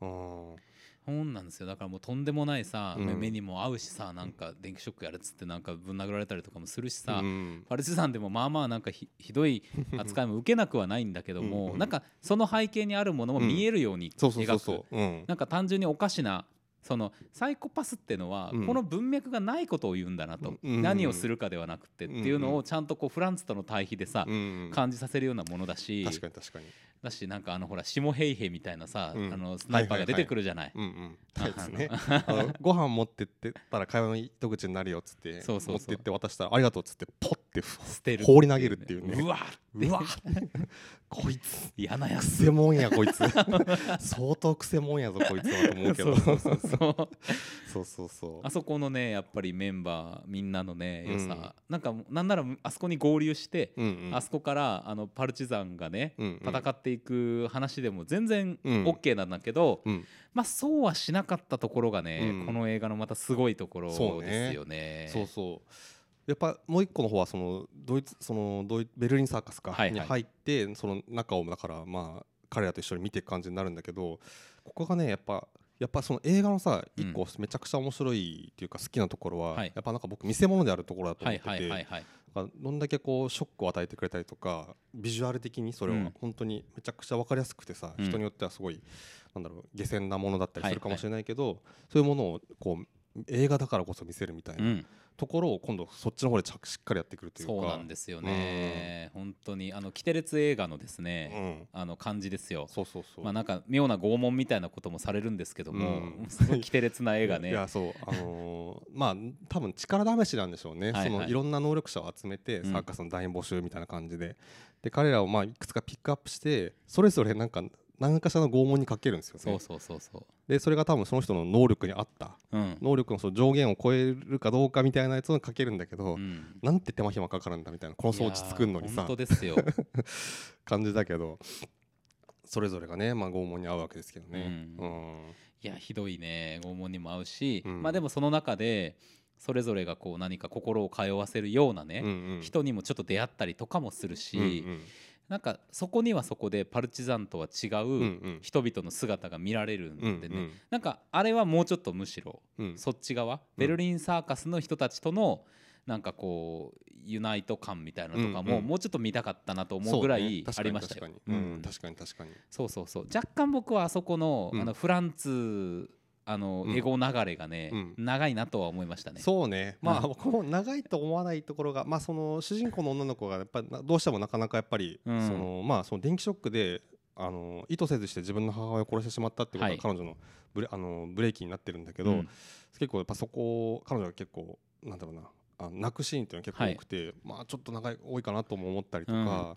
Speaker 2: うん
Speaker 1: 本なんですよだからもうとんでもないさ、
Speaker 2: うん
Speaker 1: 目にも合うしさなんか電気ショックやるっつってなんかぶん殴られたりとかもするしさ、
Speaker 2: うん
Speaker 1: パルチザンでもまあまあなんかひひどい扱いも受けなくはないんだけども、なんかその背景にあるものも見えるように
Speaker 2: そうそうそ
Speaker 1: 描
Speaker 2: う
Speaker 1: く
Speaker 2: そううん
Speaker 1: なんか単純におかしなそのサイコパスっていうのは、
Speaker 2: うん
Speaker 1: この文脈がないことを言うんだなと、
Speaker 2: うん
Speaker 1: 何をするかではなくてっていうの
Speaker 2: うん
Speaker 1: をちゃんとこうフランスとの対比でさ、
Speaker 2: うん
Speaker 1: 感じさせるようなものだし
Speaker 2: 確かに確かに
Speaker 1: だしなんかあのほら下平平みたいなさ、
Speaker 2: うん
Speaker 1: あのスナイパーが出てくるじゃない。
Speaker 2: うんうん、
Speaker 1: あ
Speaker 2: はいですね。あのご飯持ってってたら会話の糸口になるよっつって
Speaker 1: そうそうそう
Speaker 2: 持ってって渡したらありがとうっつってポッてふ
Speaker 1: 捨てる
Speaker 2: 放り投げるっていうね
Speaker 1: うわーっ
Speaker 2: うわこいつ
Speaker 1: 嫌なや
Speaker 2: くせもんやこいつ相当くせもんやぞこいつはと思うけ
Speaker 1: そ
Speaker 2: ど
Speaker 1: うそうそうそう
Speaker 2: そうそうそ
Speaker 1: あそこのねやっぱりメンバーみんなのね良さ、
Speaker 2: うん
Speaker 1: なんかなんならあそこに合流して、
Speaker 2: ううんうん
Speaker 1: あそこからあのパルチザンがね、
Speaker 2: うんうん
Speaker 1: 戦っていく話でも全然
Speaker 2: うん
Speaker 1: OK なんだけど、
Speaker 2: うん
Speaker 1: まあそうはしなかったところがね、
Speaker 2: うん
Speaker 1: この映画のまたすごいところ
Speaker 2: そうね
Speaker 1: ですよね。
Speaker 2: そうそうやっぱもう一個の方はそのドイツそのドイベルリンサーカスか
Speaker 1: はいはい
Speaker 2: に入ってその中をだからまあ彼らと一緒に見ていく感じになるんだけどここがねやっぱやっぱその映画のさ
Speaker 1: うん
Speaker 2: 一個めちゃくちゃ面白いっていうか好きなところは
Speaker 1: はい
Speaker 2: やっぱなんか僕見せ物であるところだと
Speaker 1: は
Speaker 2: 思
Speaker 1: い
Speaker 2: ってて
Speaker 1: はいはいはい。
Speaker 2: まあどんだけこうショックを与えてくれたりとかビジュアル的にそれ
Speaker 1: うん
Speaker 2: は本当にめちゃくちゃ分かりやすくてさ、
Speaker 1: うん
Speaker 2: 人によってはすごいなんだろう下船なものだったり
Speaker 1: はい、
Speaker 2: するかもしれないけど、そういうものをこう映画だからこそ見せるみたいうなんところを今度そっちの方でちゃしっかりやってくるというか
Speaker 1: そうなんですよね。本当にあのキテレツ映画のです
Speaker 2: う
Speaker 1: ね、
Speaker 2: ん
Speaker 1: あの感じですよ。
Speaker 2: そうそうそう、
Speaker 1: まあなんか妙な拷問みたいなこともされるんですけども、
Speaker 2: うん
Speaker 1: すごいキテレツな映画
Speaker 2: い
Speaker 1: ね
Speaker 2: や。そうあのーまあ多分力試しなんでしょうね
Speaker 1: はいはい
Speaker 2: そのいろんな能力者を集めて
Speaker 1: うん
Speaker 2: サーカスの団員募集みたいな感じで、で彼らをまあいくつかピックアップしてそれぞれなんか何かしらの拷問にかけるんですよね
Speaker 1: そうそうそうそ
Speaker 2: でそれが多分その人の能力に合った
Speaker 1: う。うん。
Speaker 2: 能力のその上限を超えるかどうかみたいなやつをかけるんだけど、
Speaker 1: うん
Speaker 2: なんて手間暇かかるんだみたいなこの装置作るのに
Speaker 1: いやー
Speaker 2: さ
Speaker 1: 本当ですよ。
Speaker 2: 感じだけどそれぞれがね、まあ、拷問に合うわけですけどね。
Speaker 1: う
Speaker 2: うん
Speaker 1: いやひどいね拷問にも合うし、
Speaker 2: うん
Speaker 1: まあでもその中でそれぞれがこう何か心を通わせるようなね、
Speaker 2: うんうん
Speaker 1: 人にもちょっと出会ったりとかもするし、
Speaker 2: うんうん
Speaker 1: なんかそこにはそこでパルチザンとは違
Speaker 2: うんう
Speaker 1: ううん人々の姿が見られるんで
Speaker 2: う
Speaker 1: ね、
Speaker 2: んうん
Speaker 1: なんかあれはもうちょっとむしろ
Speaker 2: うん
Speaker 1: そっち側、ベルリンサーカスの人たちとのなんかこうユナイト感みたいなのとかも、
Speaker 2: うんうん
Speaker 1: もうちょっと見たかったなと思うぐらい
Speaker 2: そうね
Speaker 1: ありましたよ。
Speaker 2: 確かに確かに,、
Speaker 1: う
Speaker 2: うんん、確かに確かに
Speaker 1: そうそうそう若干僕はあそこの,、
Speaker 2: うん
Speaker 1: あのフランツあの
Speaker 2: うん
Speaker 1: エゴ流れがね、
Speaker 2: うん
Speaker 1: 長いなとは思いましたね。
Speaker 2: そうねまあ、
Speaker 1: うん
Speaker 2: 僕も長いと思わないところが、まあ、その主人公の女の子がやっぱりなどうしてもなかなかやっぱり、
Speaker 1: うん
Speaker 2: そのまあその電気ショックであの意図せずして自分の母親を殺してしまったってこと
Speaker 1: は
Speaker 2: が
Speaker 1: い
Speaker 2: 彼女のブレ,、あのブレーキになってるんだけ
Speaker 1: け
Speaker 2: ど、結構やっぱそこを彼女が結構なんだろうなあの泣くシーンっていうのが結構多くて、まあちょっと長い多いかなとも思ったりとか、
Speaker 1: うん
Speaker 2: ま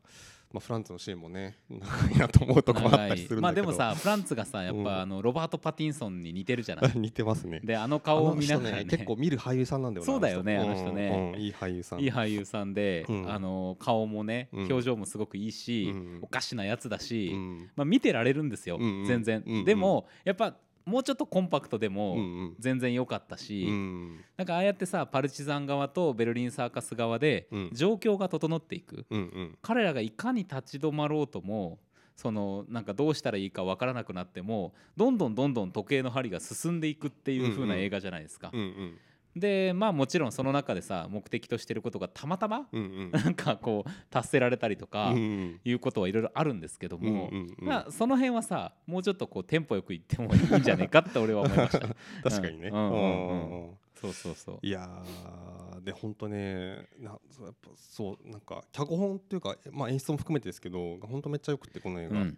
Speaker 2: あ、フランツのシーンもね長いなと思うとこもあったりするん
Speaker 1: まあ
Speaker 2: だけ
Speaker 1: で
Speaker 2: ど
Speaker 1: もさフランツがさやっ
Speaker 2: うん。
Speaker 1: ぱあのロバート・パティンソンに似てるじゃない
Speaker 2: 似てますね
Speaker 1: であの顔を見ながら、
Speaker 2: あの
Speaker 1: ね
Speaker 2: 人結構見る俳優さんなんだよね
Speaker 1: そうだよね
Speaker 2: あの
Speaker 1: あの人ね
Speaker 2: うんうんいい俳優さん
Speaker 1: いい俳優さんで、
Speaker 2: うん
Speaker 1: あの顔もね
Speaker 2: うん
Speaker 1: 表情もすごくいいし、
Speaker 2: うん
Speaker 1: おかしなやつだし、
Speaker 2: うん
Speaker 1: まあ、見てられるんですよ、
Speaker 2: うんうん
Speaker 1: 全然、
Speaker 2: うんうん
Speaker 1: でもやっぱもうちょっとコンパクトでも
Speaker 2: うん
Speaker 1: 全然良かった
Speaker 2: う
Speaker 1: し、
Speaker 2: ん
Speaker 1: なんかああやってさパルチザン側とベルリンサーカス側で
Speaker 2: うん
Speaker 1: 状況が整っていく、
Speaker 2: うんうん
Speaker 1: 彼らがいかに立ち止まろうともそのなんかどうしたらいいかわからなくなってもどんどんどんどん時計の針が進んでいくっていう風な映画じゃないですか。
Speaker 2: うんうん
Speaker 1: でまあもちろんその中でさ目的としてることがたまたま
Speaker 2: うんうん
Speaker 1: なんかこう達せられたりとか
Speaker 2: うん
Speaker 1: いうことはいろいろあるんですけど
Speaker 2: うん
Speaker 1: も、
Speaker 2: うんうん
Speaker 1: まあ、その辺はさもうちょっとこうテンポよく行ってもいいんじゃねえかって俺は思いま した。
Speaker 2: 確かにね
Speaker 1: うんうんうん
Speaker 2: うんうんうん
Speaker 1: そうそうそう
Speaker 2: いやーで本当ねなそうやっぱそうなんか脚本っていうか、まあ、演出も含めてですけど本当めっちゃよくってこの映
Speaker 1: う
Speaker 2: 画、
Speaker 1: ん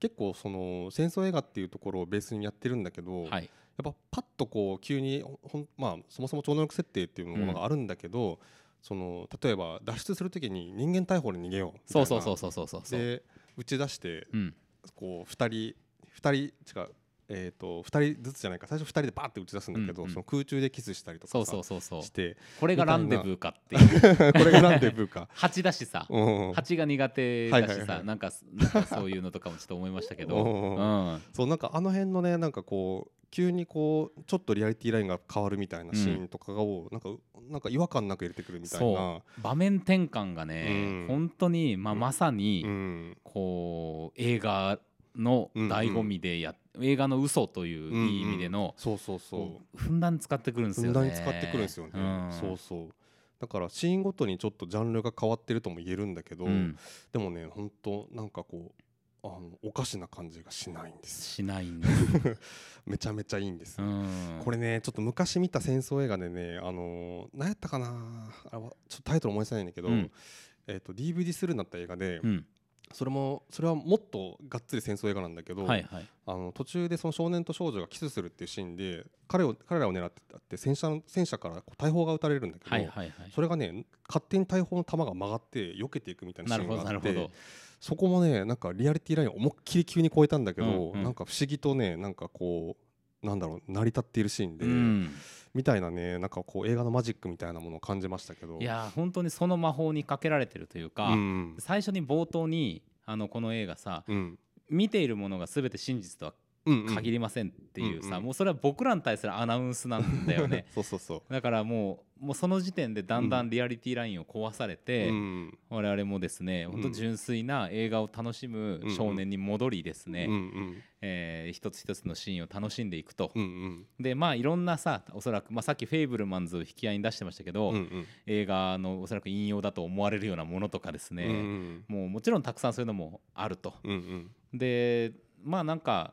Speaker 2: 結構その戦争映画っていうところをベースにやってるんだけど、
Speaker 1: はい
Speaker 2: やっぱパッとこう急にほん、まあ、そもそも超能力設定っていうものがあるんだけど、その例えば脱出するときに人間逮捕で逃げようみたい
Speaker 1: そう
Speaker 2: な
Speaker 1: そうそうそうそうそうそう。
Speaker 2: で打ち出して
Speaker 1: うん
Speaker 2: こう2人2人違う、えー、と2人ずつじゃないか最初2人でバーって打ち出すんだけど、
Speaker 1: うんうん
Speaker 2: その空中でキスしたりとか
Speaker 1: そう
Speaker 2: さ
Speaker 1: そうそうそう
Speaker 2: して
Speaker 1: これがランデブーかっていう
Speaker 2: これがなんてブ ーか。
Speaker 1: 蜂だしさ
Speaker 2: うん
Speaker 1: 蜂が苦手
Speaker 2: はい
Speaker 1: だ
Speaker 2: は
Speaker 1: し
Speaker 2: いは
Speaker 1: さ
Speaker 2: い
Speaker 1: なんかなんかそういうのとかもちょっと思いましたけど
Speaker 2: おう おう
Speaker 1: うん
Speaker 2: そうなんかあの辺のねなんかこう急にこうちょっとリアリティラインが変わるみたいなシーンとかを、なんかなんか違和感なく入れてくるみたいな
Speaker 1: そ。う場面転換がね
Speaker 2: うん
Speaker 1: 本当にまあまさ
Speaker 2: う
Speaker 1: に
Speaker 2: ん
Speaker 1: こう映画の醍醐味でや映画の嘘といういい意味での
Speaker 2: そうそうそ
Speaker 1: ふんだんに使ってくるん
Speaker 2: う
Speaker 1: です
Speaker 2: ふん
Speaker 1: よね。
Speaker 2: だんに使ってくるんですよね、
Speaker 1: うん
Speaker 2: そうそうだからシーンごとにちょっとジャンルが変わってるとも言えるんだけど、
Speaker 1: うん
Speaker 2: でもね本当なんかこうあのおかしな感じがしないんです
Speaker 1: しないんです。
Speaker 2: めちゃめちゃいいんです、
Speaker 1: うん
Speaker 2: これねちょっと昔見た戦争映画でねあのー何やったかなあれはちょっとタイトル思い出せないんだけど、
Speaker 1: うん
Speaker 2: えっと DVD するなった映画で、
Speaker 1: うん
Speaker 2: それもそれはもっとがっつり戦争映画なんだけど、
Speaker 1: はいはい
Speaker 2: あの途中でその少年と少女がキスするっていうシーンで彼を彼らを狙ってたって戦車の戦車からこう大砲が撃たれるんだけど、
Speaker 1: はいはいはい
Speaker 2: それがね勝手に大砲の弾が曲がって避けていくみたいな
Speaker 1: な
Speaker 2: シ
Speaker 1: るほ
Speaker 2: ー
Speaker 1: ど
Speaker 2: ンが
Speaker 1: な
Speaker 2: あ
Speaker 1: る
Speaker 2: っ
Speaker 1: ほど
Speaker 2: てそこもねなんかリアリティラインを思いっきり急に超えたんだけど、
Speaker 1: うんうん
Speaker 2: なんか不思議とねなんかこうなんだろう成り立っているシーンで、
Speaker 1: うん
Speaker 2: みたいなねなんかこう映画のマジックみたいなものを感じましたけど
Speaker 1: いやー本当にその魔法にかけられてるというか、
Speaker 2: うん
Speaker 1: 最初に冒頭にあのこの映画さ
Speaker 2: うん
Speaker 1: 見ているものが全て真実とは
Speaker 2: うんうん
Speaker 1: 限りませんっていうさ、
Speaker 2: うんうん
Speaker 1: もうそれは僕らに対するアナウンスなんだよね
Speaker 2: そうそうそ
Speaker 1: だからもうもうその時点でだんだ
Speaker 2: うん
Speaker 1: リアリティラインを壊され
Speaker 2: う、
Speaker 1: て、
Speaker 2: うん
Speaker 1: 我々もですね
Speaker 2: ん
Speaker 1: 本当純粋な映画を楽しむ少年に戻りですね、
Speaker 2: うんうん
Speaker 1: えー一つ一つのシーンを楽しんでいくと、
Speaker 2: うんうん
Speaker 1: でまあいろんなさおそらく、まあ、さっき「フェイブルマンズ」を引き合いに出してましたけど、
Speaker 2: うんうん
Speaker 1: 映画のおそらく引用だと思われるようなものとかですね、
Speaker 2: うん
Speaker 1: もうもちろんたくさんそういうのもあると。
Speaker 2: うんうん
Speaker 1: でまあなんか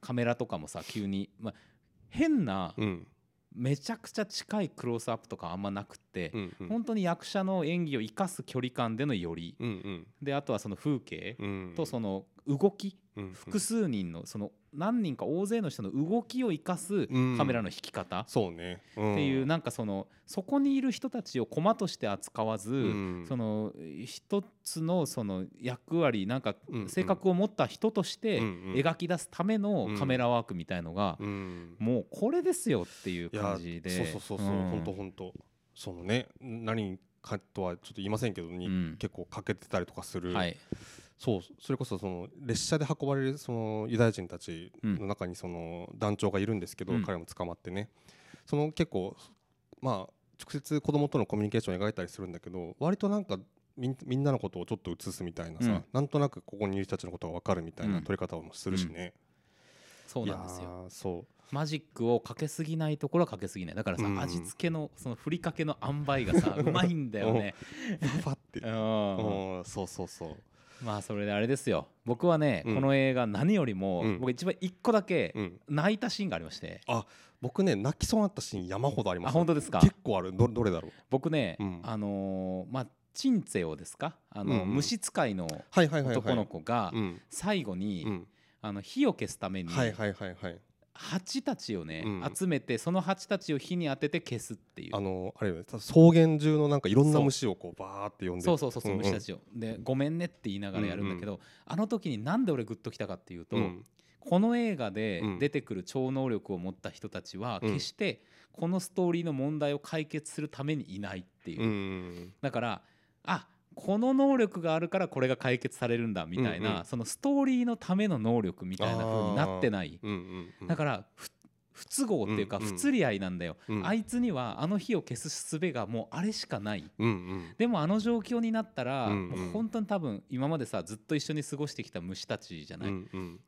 Speaker 1: カメラとかもさ急に、まあ、変な
Speaker 2: うん
Speaker 1: めちゃくちゃ近いクロースアップとかあんまなくって、
Speaker 2: うんうん
Speaker 1: 本当に役者の演技を生かす距離感でのより、
Speaker 2: うん
Speaker 1: であとはその風景
Speaker 2: うん
Speaker 1: とその動き、
Speaker 2: うん
Speaker 1: 複数人のその何人か大勢の人の動きを生かす
Speaker 2: うん
Speaker 1: カメラの引き方っ
Speaker 2: そうねって
Speaker 1: いうなんかそのそこにいる人たちを駒として扱わず、そ
Speaker 2: の
Speaker 1: の一つのその役割なんか
Speaker 2: うんうん
Speaker 1: 性格を持った人として
Speaker 2: うんうん
Speaker 1: 描き出すためのカメラワークみたいのが
Speaker 2: うん
Speaker 1: もうこれですよっていう
Speaker 2: いや
Speaker 1: 感じで
Speaker 2: そうそうそうそう
Speaker 1: うん
Speaker 2: 本当本当そのね何かとはちょっと言いませんけど
Speaker 1: う
Speaker 2: に
Speaker 1: ん
Speaker 2: 結構欠けてたりとかする
Speaker 1: はい
Speaker 2: そうそれこそその列車で運ばれるそのユダヤ人たち
Speaker 1: うん
Speaker 2: の中にその団長がいるんですけど、
Speaker 1: うん
Speaker 2: 彼も捕まってねその結構まあ直接子供とのコミュニケーションを描いたりするんだけど割となんかみんみんなのことをちょっと映すみたいなさ、
Speaker 1: うん
Speaker 2: なんとなくここにいる人たちのことが分かるみたいうなん撮り方もするしね、
Speaker 1: そう
Speaker 2: い
Speaker 1: な
Speaker 2: や
Speaker 1: んですよ
Speaker 2: ーそう
Speaker 1: マジックをかけすぎないところはかけすぎないだからさ、
Speaker 2: うん
Speaker 1: 味付けのそのふりかけの塩梅が さうまいんだよね
Speaker 2: ファっ て
Speaker 1: う
Speaker 2: うんそうそうそ
Speaker 1: んまあそれであれですよ僕はね、
Speaker 2: うん
Speaker 1: この映画何よりも、
Speaker 2: うん
Speaker 1: 僕一番一個だけ
Speaker 2: う、うん、
Speaker 1: 泣いたシーンがありまして、
Speaker 2: 僕ね泣きそうになったシーン山ほどあります
Speaker 1: あ本当ですか
Speaker 2: 結構あるどどれだろう
Speaker 1: 僕ね、
Speaker 2: うん
Speaker 1: あのーまあチンツェオですかあの、
Speaker 2: うんうん
Speaker 1: 虫使いの
Speaker 2: はいはいはいはい
Speaker 1: 男の子が
Speaker 2: うん
Speaker 1: 最後に、
Speaker 2: うん、
Speaker 1: あの火を消すために
Speaker 2: はいはいはいはい
Speaker 1: 蜂たちをね、
Speaker 2: うん
Speaker 1: 集めてその蜂たちを火に当てて消すっていう
Speaker 2: あのあれよねた草原中のなんかいろんな
Speaker 1: そう
Speaker 2: 虫をこうバーって呼んで
Speaker 1: そうそうそうそう、
Speaker 2: んん
Speaker 1: 虫たちをでごめんねって言いながらやるんだけど、あの時になんで俺グッときたかっていうと、
Speaker 2: うん
Speaker 1: この映画で
Speaker 2: うん
Speaker 1: 出てくる超能力を持った人たちは
Speaker 2: うん
Speaker 1: 決してこのストーリーの問題を解決するためにいないっていう、
Speaker 2: うんうん
Speaker 1: だからあこの能力があるからこれが解決されるんだみたいな、
Speaker 2: うんうん
Speaker 1: そのストーリーのための能力みたいな風になってない
Speaker 2: うんうんうん
Speaker 1: だから不不都合っていうか
Speaker 2: うんうん
Speaker 1: 不釣り合いなんだよ、
Speaker 2: うん
Speaker 1: あいつにはあの火を消す術がもうあれしかない
Speaker 2: うんうん
Speaker 1: でもあの状況になったら、
Speaker 2: うんうん
Speaker 1: もう本当に多分今までさずっと一緒に過ごしてきた虫たちじゃ
Speaker 2: う
Speaker 1: ない、
Speaker 2: んうん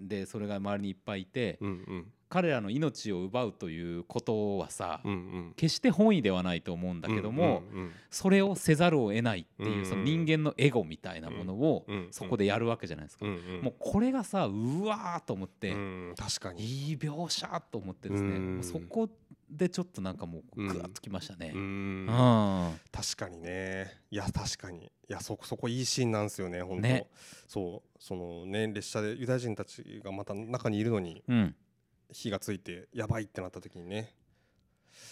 Speaker 1: でそれが周りにいっぱいいて、
Speaker 2: うんうん
Speaker 1: 彼らの命を奪うということはさ、
Speaker 2: うんうん
Speaker 1: 決して本意ではないと思うんだけども、
Speaker 2: うんうん
Speaker 1: それをせざるを得ないっていう、
Speaker 2: うん
Speaker 1: その人間のエゴみたいなものを
Speaker 2: うんうん
Speaker 1: そこでやるわけじゃないですか、
Speaker 2: うんうん
Speaker 1: もうこれがさうわーと思って、
Speaker 2: うん確かに
Speaker 1: いい描写と思ってですね、
Speaker 2: うん
Speaker 1: もうそこでちょっとなんかもう
Speaker 2: うん
Speaker 1: グワッときましたね。
Speaker 2: う
Speaker 1: うんん
Speaker 2: 確かにねいや確かにいやそこそこいいシーンなんですよね本当、
Speaker 1: ね
Speaker 2: そうそのね列車でユダヤ人たちがまた中にいるのに
Speaker 1: うん
Speaker 2: 火がついてやばいってなった時にね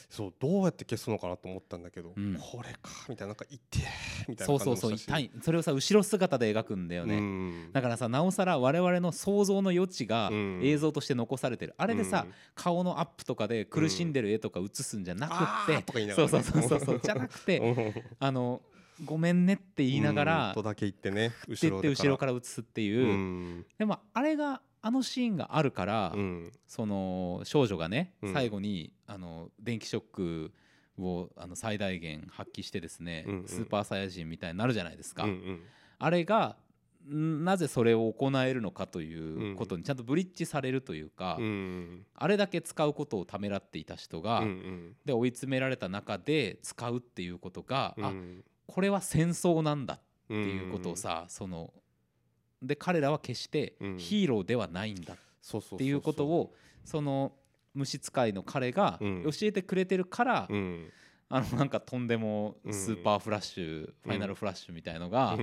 Speaker 2: そうどうやって消すのかなと思ったんだけど、
Speaker 1: うん
Speaker 2: これかみたいななんか痛えみたい
Speaker 1: そう
Speaker 2: な
Speaker 1: そう
Speaker 2: 感
Speaker 1: そう
Speaker 2: じもした
Speaker 1: 痛
Speaker 2: し
Speaker 1: いそれをさ後ろ姿で描くんだよね、
Speaker 2: うん
Speaker 1: だからさなおさら我々の想像の余地が
Speaker 2: うん
Speaker 1: 映像として残されてる、あれでさ、
Speaker 2: うん
Speaker 1: 顔のアップとかで苦しんでる絵とか映すんじゃなく
Speaker 2: あ
Speaker 1: て
Speaker 2: ー、とか言いなが
Speaker 1: そ
Speaker 2: ら
Speaker 1: う
Speaker 2: ね
Speaker 1: そうそうそうそうじゃなくて、
Speaker 2: うん
Speaker 1: あのごめんねって言いなが
Speaker 2: う
Speaker 1: ら
Speaker 2: んとだけ言ってね
Speaker 1: 出
Speaker 2: 後
Speaker 1: て
Speaker 2: ろ
Speaker 1: って後ろからら映すっていうう、
Speaker 2: ん
Speaker 1: でもあれがあのシーンがあるから、
Speaker 2: うん
Speaker 1: その少女がね、
Speaker 2: うん
Speaker 1: 最後にあの電気ショックをあの最大限発揮してですね、
Speaker 2: うんうん
Speaker 1: スーパーサイヤ人みたいになるじゃないですか、
Speaker 2: うんうん
Speaker 1: あれがんなぜそれを行えるのかということにちゃんとブリッジされるというか、
Speaker 2: うん
Speaker 1: あれだけ使うことをためらっていた人が、
Speaker 2: うん
Speaker 1: で追い詰められた中で使うっていうことが、
Speaker 2: うん
Speaker 1: あこれは戦争なんだっ
Speaker 2: っ
Speaker 1: て
Speaker 2: て
Speaker 1: いうことをさ、そので彼らは決して
Speaker 2: うん
Speaker 1: ヒーローではないんだっ
Speaker 2: って
Speaker 1: いうことをその虫使いの彼が
Speaker 2: うん
Speaker 1: 教えてくれてるから、
Speaker 2: うん
Speaker 1: あのなんかとんでも
Speaker 2: うん
Speaker 1: スーパーフラッシュ、ファイナルフラッシュみたいの が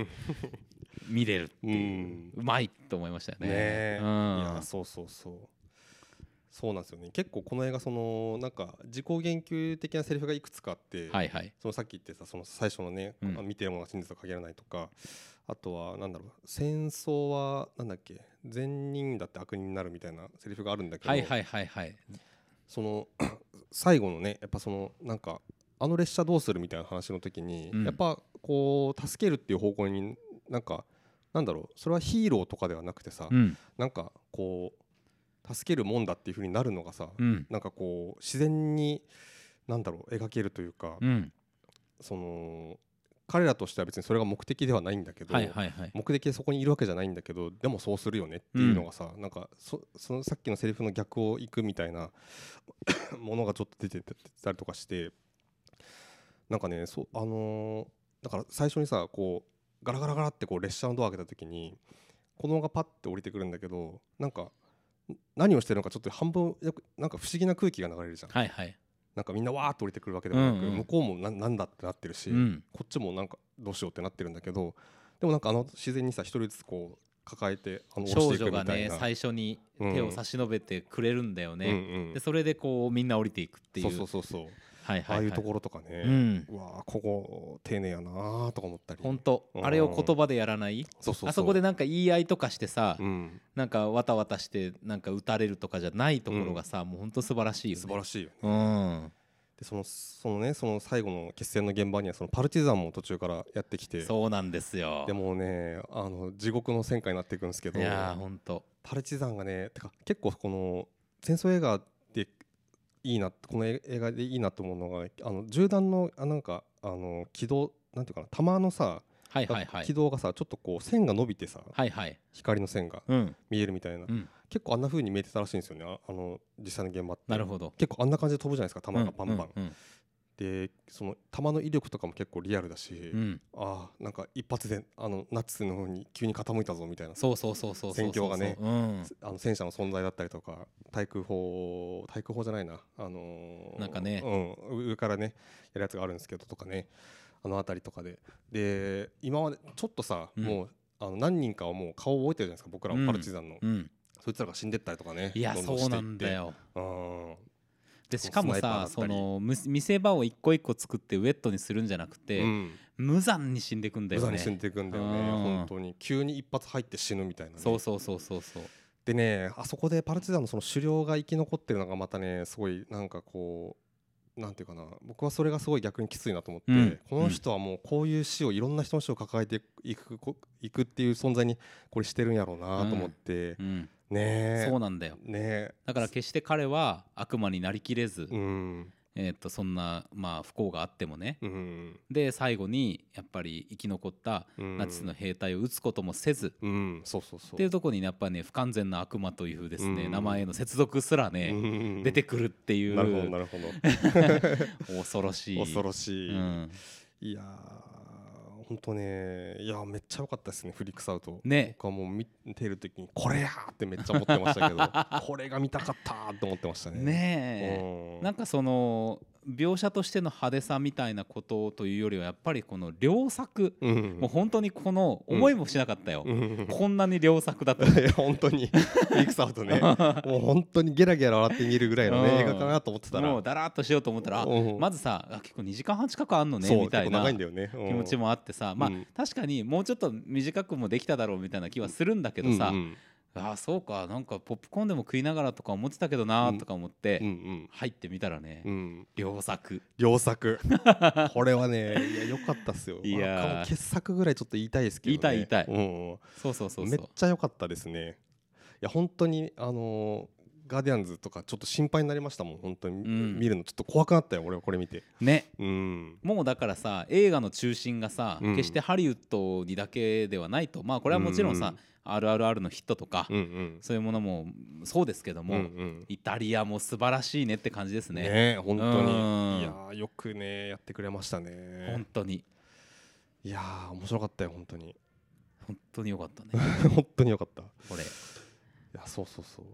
Speaker 1: 見れるっていう、うまいと思いましたよね。
Speaker 2: ねえ、
Speaker 1: うん、
Speaker 2: いやそうそうそうそうなんですよね結構この映画そのなんか自己言及的なセリフがいくつかあって、
Speaker 1: はいはい
Speaker 2: そのさっき言ってたその最初のね、
Speaker 1: うん
Speaker 2: あ見てるものは真実とは限らないとかあとはなんだろう戦争はなんだっけ善人だって悪人になるみたいなセリフがあるんだけど、
Speaker 1: はいはいはいはい
Speaker 2: その 最後のねやっぱそのなんかあの列車どうするみたいな話の時に、
Speaker 1: うん
Speaker 2: やっぱこう助けるっていう方向になんかなんだろうそれはヒーローとかではなくてさ、
Speaker 1: うん
Speaker 2: なんかこう助けるもんだっていう風になるのがさ、
Speaker 1: うん
Speaker 2: なんかこう自然になんだろう描けるというか、
Speaker 1: うん
Speaker 2: その彼らとしては別にそれが目的ではないんだけど、
Speaker 1: はいはいはい
Speaker 2: 目的でそこにいるわけじゃないんだけどでもそうするよねっていうのがさ、なんかそそのさっきのセリフの逆をいくみたいな ものがちょっと出てたりとかしてなんかねそうあのーだから最初にさこうガラガラガラってこう列車のドア開けた時に子供がパッて降りてくるんだけどなんかん何をしてるのかちょっと半分よくなんか不思議な空気が流れるじゃん、
Speaker 1: はいはい
Speaker 2: なんかみんなわーって降りてくるわけでもな
Speaker 1: う
Speaker 2: く、
Speaker 1: んうん
Speaker 2: 向こうもななんだってなってるし、
Speaker 1: うん
Speaker 2: こっちもなんかどうしようってなってるんだけどでもなんかあの自然にさ一人ずつこう抱えてあの押し
Speaker 1: 少
Speaker 2: てい
Speaker 1: 女
Speaker 2: くみ
Speaker 1: が
Speaker 2: たい
Speaker 1: ね
Speaker 2: な、
Speaker 1: 最初に手を差し伸べてくれるんだよ
Speaker 2: うん
Speaker 1: ね、
Speaker 2: うん
Speaker 1: でそれでこうみんな降りていくっていう
Speaker 2: そうそうそうそう、
Speaker 1: はいはい、
Speaker 2: ああ
Speaker 1: はい、
Speaker 2: いうところとかね、
Speaker 1: うん
Speaker 2: うわーここ丁寧やなーとか思ったり
Speaker 1: 本当
Speaker 2: うん
Speaker 1: あれを言葉でやらない
Speaker 2: そうそうそう
Speaker 1: あそこでなんか言い合いとかしてさ、
Speaker 2: うん、
Speaker 1: なんかわたわたしてなんか打たれるとかじゃないところがさ、もう本当素晴らしいよ、ね、
Speaker 2: 素晴ら
Speaker 1: しい
Speaker 2: しいよね
Speaker 1: うん
Speaker 2: でそのそのねその最後の決戦の現場にはそのパルチザンも途中からやってきて
Speaker 1: そうなんですよ
Speaker 2: でもねあの地獄の戦火になっていくんですけ
Speaker 1: い
Speaker 2: ど
Speaker 1: やー本当
Speaker 2: パルチザンがねてか結構この戦争映画でいいなこの映画でいいなと思うのがあの銃弾のあなんかあの軌道なんていうかな弾のさ、
Speaker 1: はいはいはい
Speaker 2: 軌道がさちょっとこう線が伸びてさ、
Speaker 1: はいはい
Speaker 2: 光の線が
Speaker 1: うん
Speaker 2: 見えるみたいな、
Speaker 1: うん
Speaker 2: 結構あんな風に見えてたらしいんですよねああの実際の現場って
Speaker 1: なるほど
Speaker 2: 結構あんな感じで飛ぶじゃないですか弾がパンパン、
Speaker 1: うんうん
Speaker 2: でその弾の威力とかも結構リアルだし、
Speaker 1: うんうん
Speaker 2: ああなんか一発であのナチスの方に急に傾いたぞみたいな
Speaker 1: そうそうそうそうそうそう
Speaker 2: 戦況がね
Speaker 1: うん
Speaker 2: あの戦車の存在だったりとか対空砲対空砲じゃないなあのー
Speaker 1: なんかね
Speaker 2: うん、上からねやるやつがあるんですけどとかねあの辺りとかでで今までちょっとさ、
Speaker 1: うん
Speaker 2: もうあの何人かはもう顔覚えてるじゃないですか僕ら
Speaker 1: うん
Speaker 2: はパルチザンの、
Speaker 1: うん
Speaker 2: そいつらが死んでったりとかね
Speaker 1: いや
Speaker 2: どど
Speaker 1: そうなんだよ
Speaker 2: していってうん
Speaker 1: で
Speaker 2: そう
Speaker 1: しかも
Speaker 2: スナイパーだ
Speaker 1: さ
Speaker 2: った
Speaker 1: そ
Speaker 2: り
Speaker 1: のむ見せ場を一個一個作ってウェットにするんじゃなくて、
Speaker 2: うん
Speaker 1: 無残に死んでいくんだ
Speaker 2: 無
Speaker 1: よ
Speaker 2: 残
Speaker 1: ね
Speaker 2: に死んでいくんだよね
Speaker 1: うん
Speaker 2: 本当に急に一発入って死ぬみたいなね、
Speaker 1: そうそうそうそうそう
Speaker 2: でねあそこでパルチザンのその狩猟が生き残ってるのがまたねすごいなんかこうなんていうかな僕はそれがすごい逆にきついなと思って、
Speaker 1: うん
Speaker 2: この人はもうこういう死をいろんな人の死を抱えていくこいくっていう存在にこれしてるんやろうなと思って、
Speaker 1: うん
Speaker 2: ねえ
Speaker 1: そうなんだよ
Speaker 2: ねえ
Speaker 1: だから決して彼は悪魔になりきれず、
Speaker 2: うん
Speaker 1: えー、とそんな、まあ、不幸があってもね、
Speaker 2: うん
Speaker 1: で最後にやっぱり生き残った
Speaker 2: うん
Speaker 1: ナチスの兵隊を撃つこともせず、
Speaker 2: うんそうそうそう
Speaker 1: っていうところにやっぱね不完全な悪魔というですね、
Speaker 2: うん
Speaker 1: 名前への接続すらね、
Speaker 2: ね
Speaker 1: 出てくるっていう
Speaker 2: なるほどなるほど
Speaker 1: 恐ろしい
Speaker 2: 恐ろしい、
Speaker 1: うん
Speaker 2: いやーほんとねいやめっちゃ良かったですねフリックスアウト
Speaker 1: ね
Speaker 2: 僕はもう見てる時にこれやーってめっちゃ思ってまし たけどこれが見たかったーって思ってましたね。
Speaker 1: ねえ、
Speaker 2: うん
Speaker 1: なんかその描写としての派手さみたいなことというよりはやっぱりこの良作、
Speaker 2: うん
Speaker 1: もう本当にこの思いもしなかったよ、
Speaker 2: うん
Speaker 1: こんなに良作だと
Speaker 2: いや 本当にフリックスア ウトねもう本当にゲラゲラ笑って見るぐらい
Speaker 1: う
Speaker 2: の
Speaker 1: ん
Speaker 2: ね映画かなと思ってたら
Speaker 1: もうだらーっとしようと思ったらあ
Speaker 2: うん
Speaker 1: まずさあ結構2時間半近くあんのね
Speaker 2: そう
Speaker 1: みたい
Speaker 2: 結構
Speaker 1: な
Speaker 2: 長いんだよね
Speaker 1: 気持ち
Speaker 2: も
Speaker 1: もあってさまあ
Speaker 2: うん
Speaker 1: 確かにもうちょっと短くもできただろうみたいな気はするんだけ
Speaker 2: け
Speaker 1: どさ
Speaker 2: うん
Speaker 1: ああそうかなんかポップコーンでも食いながらとか思ってたけどなーとか思っ
Speaker 2: うんう
Speaker 1: て
Speaker 2: ん
Speaker 1: 入ってみたらね
Speaker 2: うんうん
Speaker 1: 良作
Speaker 2: 良作これはねいや良かったっすよ
Speaker 1: いやー
Speaker 2: まあ傑作ぐらいちょっと言いたいですけど、ね、
Speaker 1: 言いたい言いたい
Speaker 2: うんうん
Speaker 1: そうそうそう
Speaker 2: め
Speaker 1: そ
Speaker 2: っ
Speaker 1: う
Speaker 2: ちゃ良かったですね。いや本当にあのーガーディアンズとかちょっと心配になりましたもん本当に、
Speaker 1: ん
Speaker 2: 見るのちょっと怖くなったよ俺はこれ見て。
Speaker 1: ね
Speaker 2: うん。
Speaker 1: もうだからさ映画の中心がさ、
Speaker 2: うん
Speaker 1: 決してハリウッドにだけではないとまあこれはもちろんさ「RRR」のヒットとか、
Speaker 2: うんうん。
Speaker 1: そういうものもそうですけども、
Speaker 2: うんうん
Speaker 1: イタリアも素晴らしいねって感じです
Speaker 2: ね
Speaker 1: ね
Speaker 2: え本当
Speaker 1: うん
Speaker 2: にいやーよくねやってくれました
Speaker 1: 本
Speaker 2: ね。
Speaker 1: 当に
Speaker 2: いやー面白かったよ本当に
Speaker 1: 本当に良かったね
Speaker 2: 本当に良かった。い
Speaker 1: これ
Speaker 2: やそうそうそう。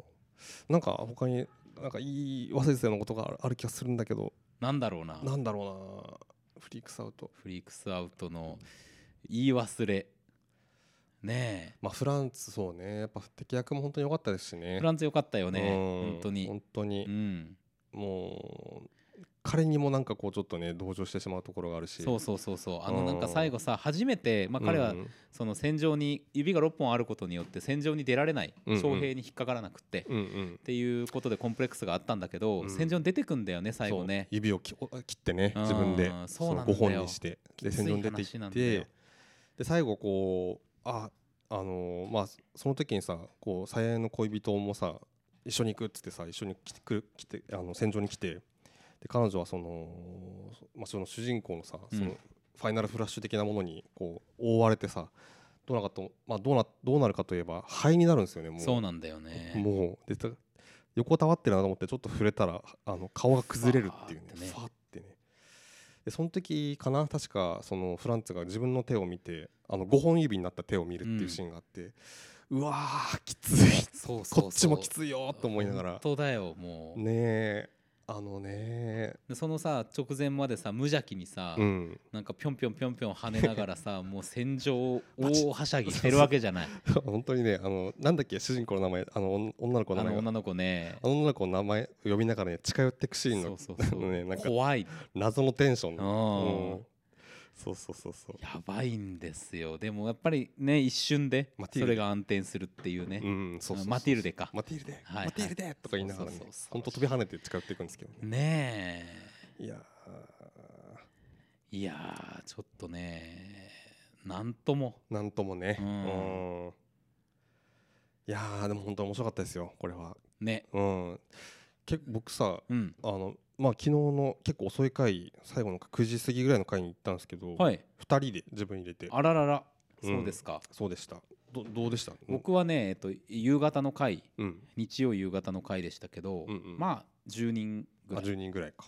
Speaker 2: なんか他になんかいい忘れてたようなことがあるある気がするんだけど
Speaker 1: なんだろうな
Speaker 2: なんだろうなフリークスアウト
Speaker 1: フリークスアウトの言い忘れね
Speaker 2: まあフランスそうねやっぱ敵役も本当に良かったですし
Speaker 1: え
Speaker 2: ね
Speaker 1: フランス良かったよね
Speaker 2: うん
Speaker 1: 本当に
Speaker 2: 本当に
Speaker 1: うん
Speaker 2: もう彼にもなんかこうちょっとね同情してしまうところがあるし
Speaker 1: そうそうそうそうあの
Speaker 2: うん
Speaker 1: なんか最後さ初めてまあ彼は
Speaker 2: うん
Speaker 1: その戦場に指が6本あることによって戦場に出られない
Speaker 2: うんうん
Speaker 1: 将兵に引っかからなくって
Speaker 2: うんうん
Speaker 1: っていうことでコンプレックスがあったんだけど
Speaker 2: うん
Speaker 1: 戦場に出てくんだよね最後
Speaker 2: そう
Speaker 1: ね
Speaker 2: 指をきお切ってね自分で
Speaker 1: うんそ
Speaker 2: そうの
Speaker 1: なんだ
Speaker 2: 5
Speaker 1: よ
Speaker 2: 本にしてで
Speaker 1: きつい
Speaker 2: 戦場に出てい
Speaker 1: 話な
Speaker 2: っ
Speaker 1: んだよ
Speaker 2: てで最後こうああのーまあその時にさこう最愛の恋人もさ一緒に行くっつってさ一緒に来てくる来てあの戦場に来てで彼女はその,、まあ、その主人公のさ
Speaker 1: うん
Speaker 2: そのファイナルフラッシュ的なものにこう覆われてさどうなかと、まあ、どうなどうなるかといえば灰になるんですよねもう
Speaker 1: そうなんだよね
Speaker 2: もうでた横たわってるなと思ってちょっと触れたらあの顔が崩れるっていうね
Speaker 1: ファーってね
Speaker 2: ファーってねでその時かな確かそのフランツが自分の手を見てあの5本指になった手を見るっていうシーンがあって、うわーきつい
Speaker 1: そうそうそう
Speaker 2: こっちもきついよーと思いながら
Speaker 1: 本当だよもう
Speaker 2: ねえあのね
Speaker 1: でそのさ直前までさ無邪気にさ、
Speaker 2: うん
Speaker 1: なんかぴょんぴょんぴょんぴょん跳ねながらさもう戦場を大はしゃぎしてるわけじゃ ない
Speaker 2: 本当にねあのなんだっけ主人公の名前あの女女の子
Speaker 1: あ
Speaker 2: の
Speaker 1: の
Speaker 2: 名前が
Speaker 1: 女の子ね
Speaker 2: あの女の子の名前呼びながらね近寄ってくシーン
Speaker 1: そ
Speaker 2: の
Speaker 1: うそうそう
Speaker 2: ね なんか
Speaker 1: 怖い
Speaker 2: 謎のテンション
Speaker 1: う
Speaker 2: の、
Speaker 1: ん
Speaker 2: うんそうそうそうそう
Speaker 1: やばいんですよでもやっぱりね一瞬で
Speaker 2: マティー
Speaker 1: そ
Speaker 2: ル
Speaker 1: れが暗転するっていうね、
Speaker 2: うんそうそうそうそう
Speaker 1: マティルデか
Speaker 2: マティルデ、
Speaker 1: いはい
Speaker 2: マティルデとか言いながらね
Speaker 1: そうそうそう
Speaker 2: 本当飛び跳ねて近寄っていくんですけどね
Speaker 1: ね
Speaker 2: いや
Speaker 1: えいやーちょっとねなんとも
Speaker 2: ーなんともね
Speaker 1: う
Speaker 2: うんんいやーでも本当面白かったですよこれは
Speaker 1: ね
Speaker 2: うん結構僕さ
Speaker 1: うん
Speaker 2: あのまあ昨日の結構遅い回最後の9時過ぎぐらいの回に行ったんですけど、
Speaker 1: はい
Speaker 2: 2人で自分入れて
Speaker 1: あららら、
Speaker 2: うん
Speaker 1: そうですか
Speaker 2: そうでしたどどうでした、
Speaker 1: 僕はね、えっと、夕方の回
Speaker 2: うん、
Speaker 1: 日曜夕方の回でしたけど、
Speaker 2: うんうん
Speaker 1: まあ10人ぐ
Speaker 2: あ
Speaker 1: らい
Speaker 2: 10人ぐらいか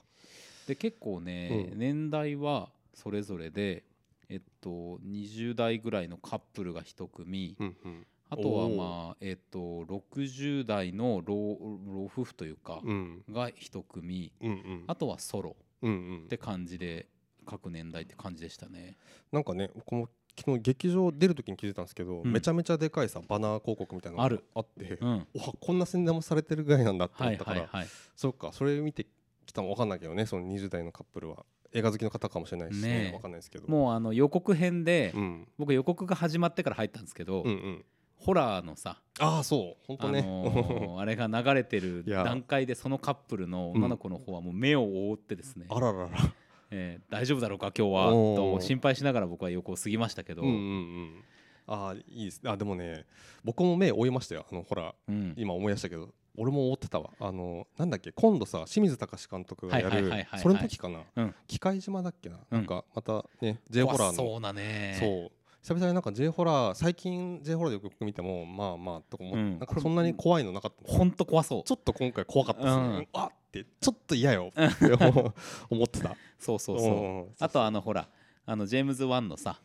Speaker 1: で結構ね、
Speaker 2: うん
Speaker 1: 年代はそれぞれで、えっと、20代ぐらいのカップルが1組、
Speaker 2: うんうん
Speaker 1: あとは
Speaker 2: おー
Speaker 1: まあ、えっと、60代の老老夫婦というか、
Speaker 2: うん
Speaker 1: が1組
Speaker 2: うんうん
Speaker 1: あとはソロ
Speaker 2: うんうん
Speaker 1: って感じで各年代って感じでしたね。
Speaker 2: なんかねこの昨日劇場出る時に気づいたんですけど、
Speaker 1: うん
Speaker 2: めちゃめちゃでかいさバナー広告みたいなのが
Speaker 1: ある
Speaker 2: あって、
Speaker 1: うん
Speaker 2: うわこんな宣伝もされてるぐらいなんだって
Speaker 1: は
Speaker 2: 思
Speaker 1: い
Speaker 2: ったか
Speaker 1: は
Speaker 2: ら、
Speaker 1: いはい
Speaker 2: そっかそれ見てきたの分かんないけどねその20代のカップルは映画好きの方かもしれないし、
Speaker 1: ね
Speaker 2: ね
Speaker 1: え
Speaker 2: 分かんないですけど
Speaker 1: もうあの予告編で、
Speaker 2: うん、
Speaker 1: 僕予告が始まってから入ったんですけど、
Speaker 2: うんうん
Speaker 1: ホラーのさ
Speaker 2: ああそう本
Speaker 1: あ
Speaker 2: 当ね、
Speaker 1: のーあれが流れてる
Speaker 2: いや
Speaker 1: 段階でそのカップルの女の子の方はもう目を覆ってですね、
Speaker 2: あららら
Speaker 1: えー大丈夫だろうか今日は
Speaker 2: おー
Speaker 1: と心配しながら僕は横を過ぎましたけど、
Speaker 2: うんうんうんああいいですあでもね僕も目追いましたよあのほら
Speaker 1: うん
Speaker 2: 今思い出したけど俺も追ってたわあのなんだっけ今度さ清水隆監督がや
Speaker 1: はいはい
Speaker 2: る
Speaker 1: はいはいはい
Speaker 2: それの時かな、
Speaker 1: うん
Speaker 2: 機械島だっけな、
Speaker 1: うん
Speaker 2: なんかまたね J ホラーの
Speaker 1: 怖そうだね
Speaker 2: そう久々になんか J ホラー最近 J ホラーでよくよく見てもまあまあとか思って、
Speaker 1: うん
Speaker 2: なんかそんなに怖いのなかった
Speaker 1: ほんと怖そう
Speaker 2: ちょっと今回怖かったですね、
Speaker 1: うん
Speaker 2: うわってちょっと嫌よって思思ってた
Speaker 1: そうそうそう、
Speaker 2: うん
Speaker 1: あとあのほらあのジェームズ・ワンのさ、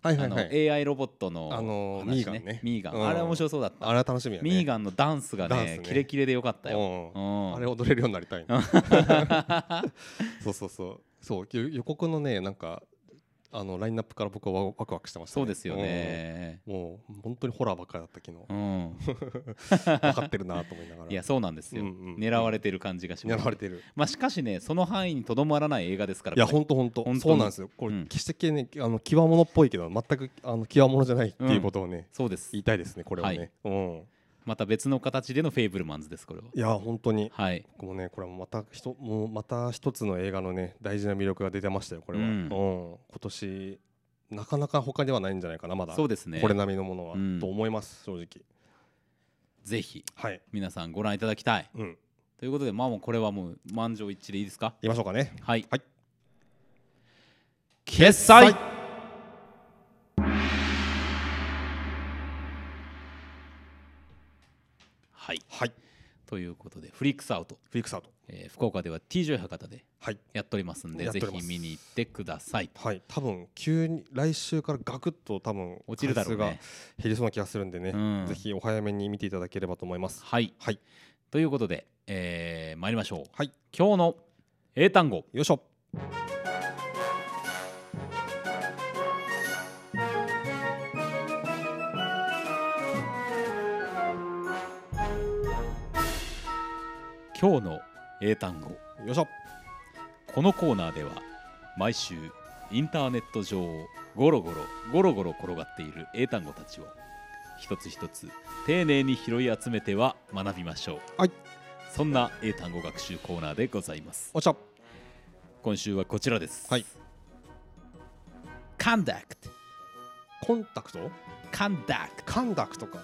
Speaker 2: はいはいはい
Speaker 1: あの AI ロボットの、
Speaker 2: あの
Speaker 1: 話
Speaker 2: ミーガンね
Speaker 1: ミーガン、
Speaker 2: うん
Speaker 1: あれ面白そうだった、
Speaker 2: あれは楽しみやね
Speaker 1: ミーガンのダンスが
Speaker 2: ダン
Speaker 1: ね
Speaker 2: スね
Speaker 1: キレキレでよかったよ、
Speaker 2: うん
Speaker 1: うん
Speaker 2: あれ踊れるようになりたいな そうそうそうそう予予告のねなんかあのラインナップから僕はワワクワクしてました、
Speaker 1: そうですよね
Speaker 2: うんもう本当にホラーばっかりだった 昨日
Speaker 1: うん
Speaker 2: 分かってるなと思いながら
Speaker 1: いやそうなんですよ、
Speaker 2: うんうんうん
Speaker 1: 狙われてる感じがします
Speaker 2: 狙われてる
Speaker 1: まあしかしねその範囲にとどまらない映画ですから
Speaker 2: いや
Speaker 1: これ
Speaker 2: 本当本当
Speaker 1: 本当に
Speaker 2: そうなんですよこれ、
Speaker 1: うん
Speaker 2: 決してねあの極物っぽいけど全くあの極物じゃないっていうことをね、
Speaker 1: そうです
Speaker 2: 言いたいですねこれはね、
Speaker 1: はい
Speaker 2: うん
Speaker 1: また別の形でのフェイブルマンズですこれはい
Speaker 2: や本当に
Speaker 1: はい
Speaker 2: 僕もねこれはまたひともうまた一つの映画のね大事な魅力が出てましたよこれは、
Speaker 1: う
Speaker 2: うんん今年なかなか他ではないんじゃないかなまだ
Speaker 1: そうですね
Speaker 2: これ並みのものは、
Speaker 1: うん
Speaker 2: と思います正直
Speaker 1: ぜひ
Speaker 2: はい
Speaker 1: 皆さんご覧いただきたい
Speaker 2: うん行
Speaker 1: ということでまあもうこれはもう満場一致でいいですか
Speaker 2: きましょうかね
Speaker 1: はい、
Speaker 2: はい
Speaker 1: 決済、
Speaker 2: はい
Speaker 1: はい
Speaker 2: はい
Speaker 1: ということでフリックスアウト、
Speaker 2: フリックスアウト
Speaker 1: えー福岡では TJ 博多で
Speaker 2: はい
Speaker 1: やっておりますんで
Speaker 2: やっ
Speaker 1: ぜ
Speaker 2: ておりま
Speaker 1: ひ
Speaker 2: す
Speaker 1: 見に行ってください
Speaker 2: はい多分急に来週からガクッと多分
Speaker 1: 落ちるだろうね
Speaker 2: 回数が減りそうな気がするんでね、
Speaker 1: うん
Speaker 2: ぜひお早めに見ていただければと思います
Speaker 1: はい
Speaker 2: はい
Speaker 1: ということで、えー参りましょう
Speaker 2: はい
Speaker 1: 今日の英単語
Speaker 2: よいしょ
Speaker 1: 今日の英単語
Speaker 2: よいしょ
Speaker 1: このコーナーでは毎週インターネット上をゴロゴロゴロゴロ転がっている英単語たちを一つ一つ丁寧に拾い集めては学びましょう、
Speaker 2: はい
Speaker 1: そんな英単語学習コーナーでございます
Speaker 2: おっしゃ
Speaker 1: 今週はこちらです
Speaker 2: はい
Speaker 1: カンダクト
Speaker 2: コンタクト
Speaker 1: カンダク
Speaker 2: カンダクトか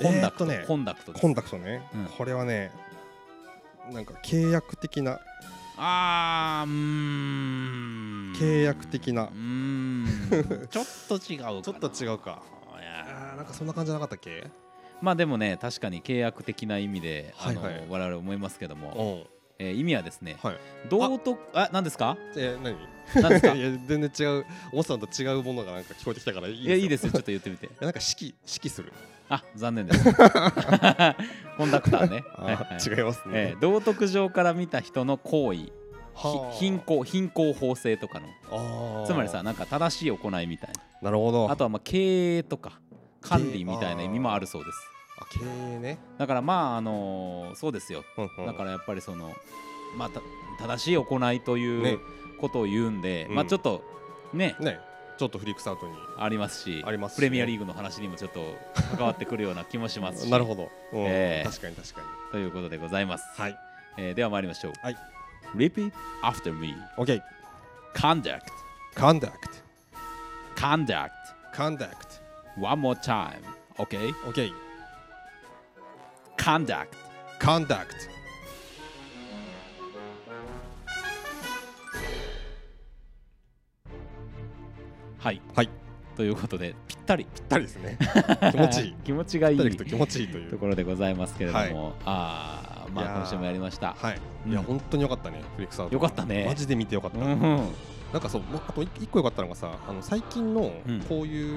Speaker 1: トコン
Speaker 2: えー
Speaker 1: ダ
Speaker 2: っ
Speaker 1: ク
Speaker 2: と
Speaker 1: ト、
Speaker 2: ね
Speaker 1: コンダクトです
Speaker 2: コンタクトね、
Speaker 1: うん
Speaker 2: これはねなんか契約的な
Speaker 1: あーうーん
Speaker 2: 契約的な
Speaker 1: うー んちょっと違うかな
Speaker 2: ちょっと違うか
Speaker 1: い
Speaker 2: あ
Speaker 1: や
Speaker 2: ーなんかそんな感じじゃなかったっけ
Speaker 1: まあでもね確かに契約的な意味で、あの
Speaker 2: はいはい
Speaker 1: 我々思いますけど
Speaker 2: う
Speaker 1: も、
Speaker 2: ん
Speaker 1: えー意味はですね、
Speaker 2: はい
Speaker 1: 道徳あ何ですか
Speaker 2: え ー、何
Speaker 1: 何ですか
Speaker 2: い
Speaker 1: い
Speaker 2: や全然違う思ってたのと違うものがなんか聞こえてきたからいい
Speaker 1: やいいですすよちょっと言 ってみて
Speaker 2: よいやなんか指揮指揮する
Speaker 1: あ残念ですコンダクターね
Speaker 2: あー、
Speaker 1: はいはい
Speaker 2: 違います
Speaker 1: え
Speaker 2: ね、
Speaker 1: ー道徳上から見た人の行為
Speaker 2: はあ
Speaker 1: ひ貧困貧困法制とかの
Speaker 2: あー
Speaker 1: つまりさなんか正しい行いみたい
Speaker 2: なるほど
Speaker 1: なあとはまあ経営とか管理みたいな意味もあるそうです
Speaker 2: あ経営ね、
Speaker 1: だからまああのーそうですよ
Speaker 2: うんうん
Speaker 1: だからやっぱりその、まあ、た正しい行いとい
Speaker 2: ね
Speaker 1: うことを言うんで、
Speaker 2: うん
Speaker 1: まあちょっとね
Speaker 2: ねちょっとフリークスアウトに
Speaker 1: ありますし
Speaker 2: ありますしね
Speaker 1: プレミアリーグの話にもちょっと関わってくるような気もしますし
Speaker 2: なるほど、うん
Speaker 1: ええ
Speaker 2: 確かに確かに
Speaker 1: ということでございます、
Speaker 2: はい
Speaker 1: えーでは参りましょう、
Speaker 2: はい
Speaker 1: Repeat after me
Speaker 2: OK
Speaker 1: Conduct
Speaker 2: conduct
Speaker 1: Conduct
Speaker 2: conduct
Speaker 1: One more time OK
Speaker 2: OK
Speaker 1: Conduct
Speaker 2: conduct
Speaker 1: はい
Speaker 2: はい
Speaker 1: ということでぴったり
Speaker 2: ぴったりで すね気持ちいい
Speaker 1: 気持ちがい
Speaker 2: ぴ
Speaker 1: い
Speaker 2: ったりと気持ちいいとい
Speaker 1: と
Speaker 2: う
Speaker 1: ころでございますけれども、
Speaker 2: はい
Speaker 1: あー
Speaker 2: い
Speaker 1: ま
Speaker 2: や
Speaker 1: あ
Speaker 2: ー
Speaker 1: 今週もやりました
Speaker 2: はい、
Speaker 1: うん
Speaker 2: いや本当によかったねフリックスアウト
Speaker 1: よかったね
Speaker 2: マジで見てよかった、
Speaker 1: うん
Speaker 2: なんかそうもうあと一一個よかったのがさあの最近の
Speaker 1: うん
Speaker 2: こういう、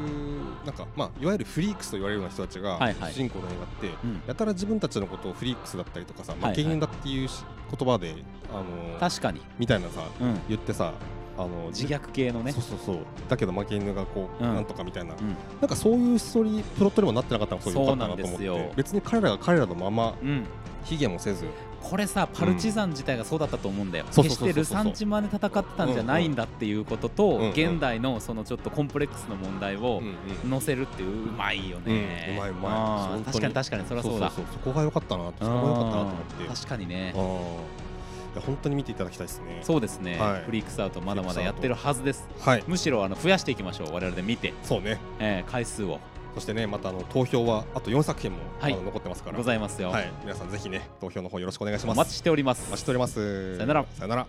Speaker 2: なんかまあいわゆるフリークスと言われるような人たちが
Speaker 1: はいはい
Speaker 2: 主人公の映画って、
Speaker 1: うん
Speaker 2: やたら自分たちのことをフリークスだったりとかさ、ま
Speaker 1: はいは
Speaker 2: あ、
Speaker 1: い
Speaker 2: 軽減だっていうし言葉で、あの
Speaker 1: 確かに、
Speaker 2: みたいなさ
Speaker 1: うん、
Speaker 2: 言ってさあの
Speaker 1: 自虐系のね
Speaker 2: そうそうそうだけど負け犬がこう、
Speaker 1: うん
Speaker 2: なんとかみたいな、
Speaker 1: うん
Speaker 2: なんかそういうストーリープロットにもなってなかったのがすごい良かったなと
Speaker 1: そうなん
Speaker 2: 思っ
Speaker 1: ですよ
Speaker 2: て別に彼らが彼らのまま
Speaker 1: うん、
Speaker 2: 卑下もせず
Speaker 1: これさパルチザン自体がそうだったと思うんだよ、
Speaker 2: そう
Speaker 1: 決
Speaker 2: そう
Speaker 1: し
Speaker 2: そうそう
Speaker 1: てルサンチマで戦ってたんじゃないんだっていうことと、
Speaker 2: うんうん
Speaker 1: 現代のそのちょっとコンプレックスの問題を
Speaker 2: うんうん
Speaker 1: 載せるっていううまいよね、
Speaker 2: うんうまいうまい
Speaker 1: あー
Speaker 2: 本当に
Speaker 1: 確かに確かにそりゃそうだ
Speaker 2: そうそこが良かったなとそこが良かったなと思って
Speaker 1: うん確かにね
Speaker 2: あーいや本当に見ていただきたいですね。
Speaker 1: そうですね、
Speaker 2: はい
Speaker 1: フリークスアウトまだまだやってるはずです
Speaker 2: はい。
Speaker 1: むしろあの増やしていきましょう我々で見て、
Speaker 2: そうね。
Speaker 1: えー回数を
Speaker 2: そしてね、またあの投票はあと4作品も、
Speaker 1: はい
Speaker 2: あの残ってますから。
Speaker 1: ございますよ、
Speaker 2: はい。皆さんぜひね、投票の方よろしくお願いしま
Speaker 1: お
Speaker 2: す。
Speaker 1: 待ちしておりま
Speaker 2: お
Speaker 1: す
Speaker 2: 待ちしております。
Speaker 1: さよなら
Speaker 2: さよなら。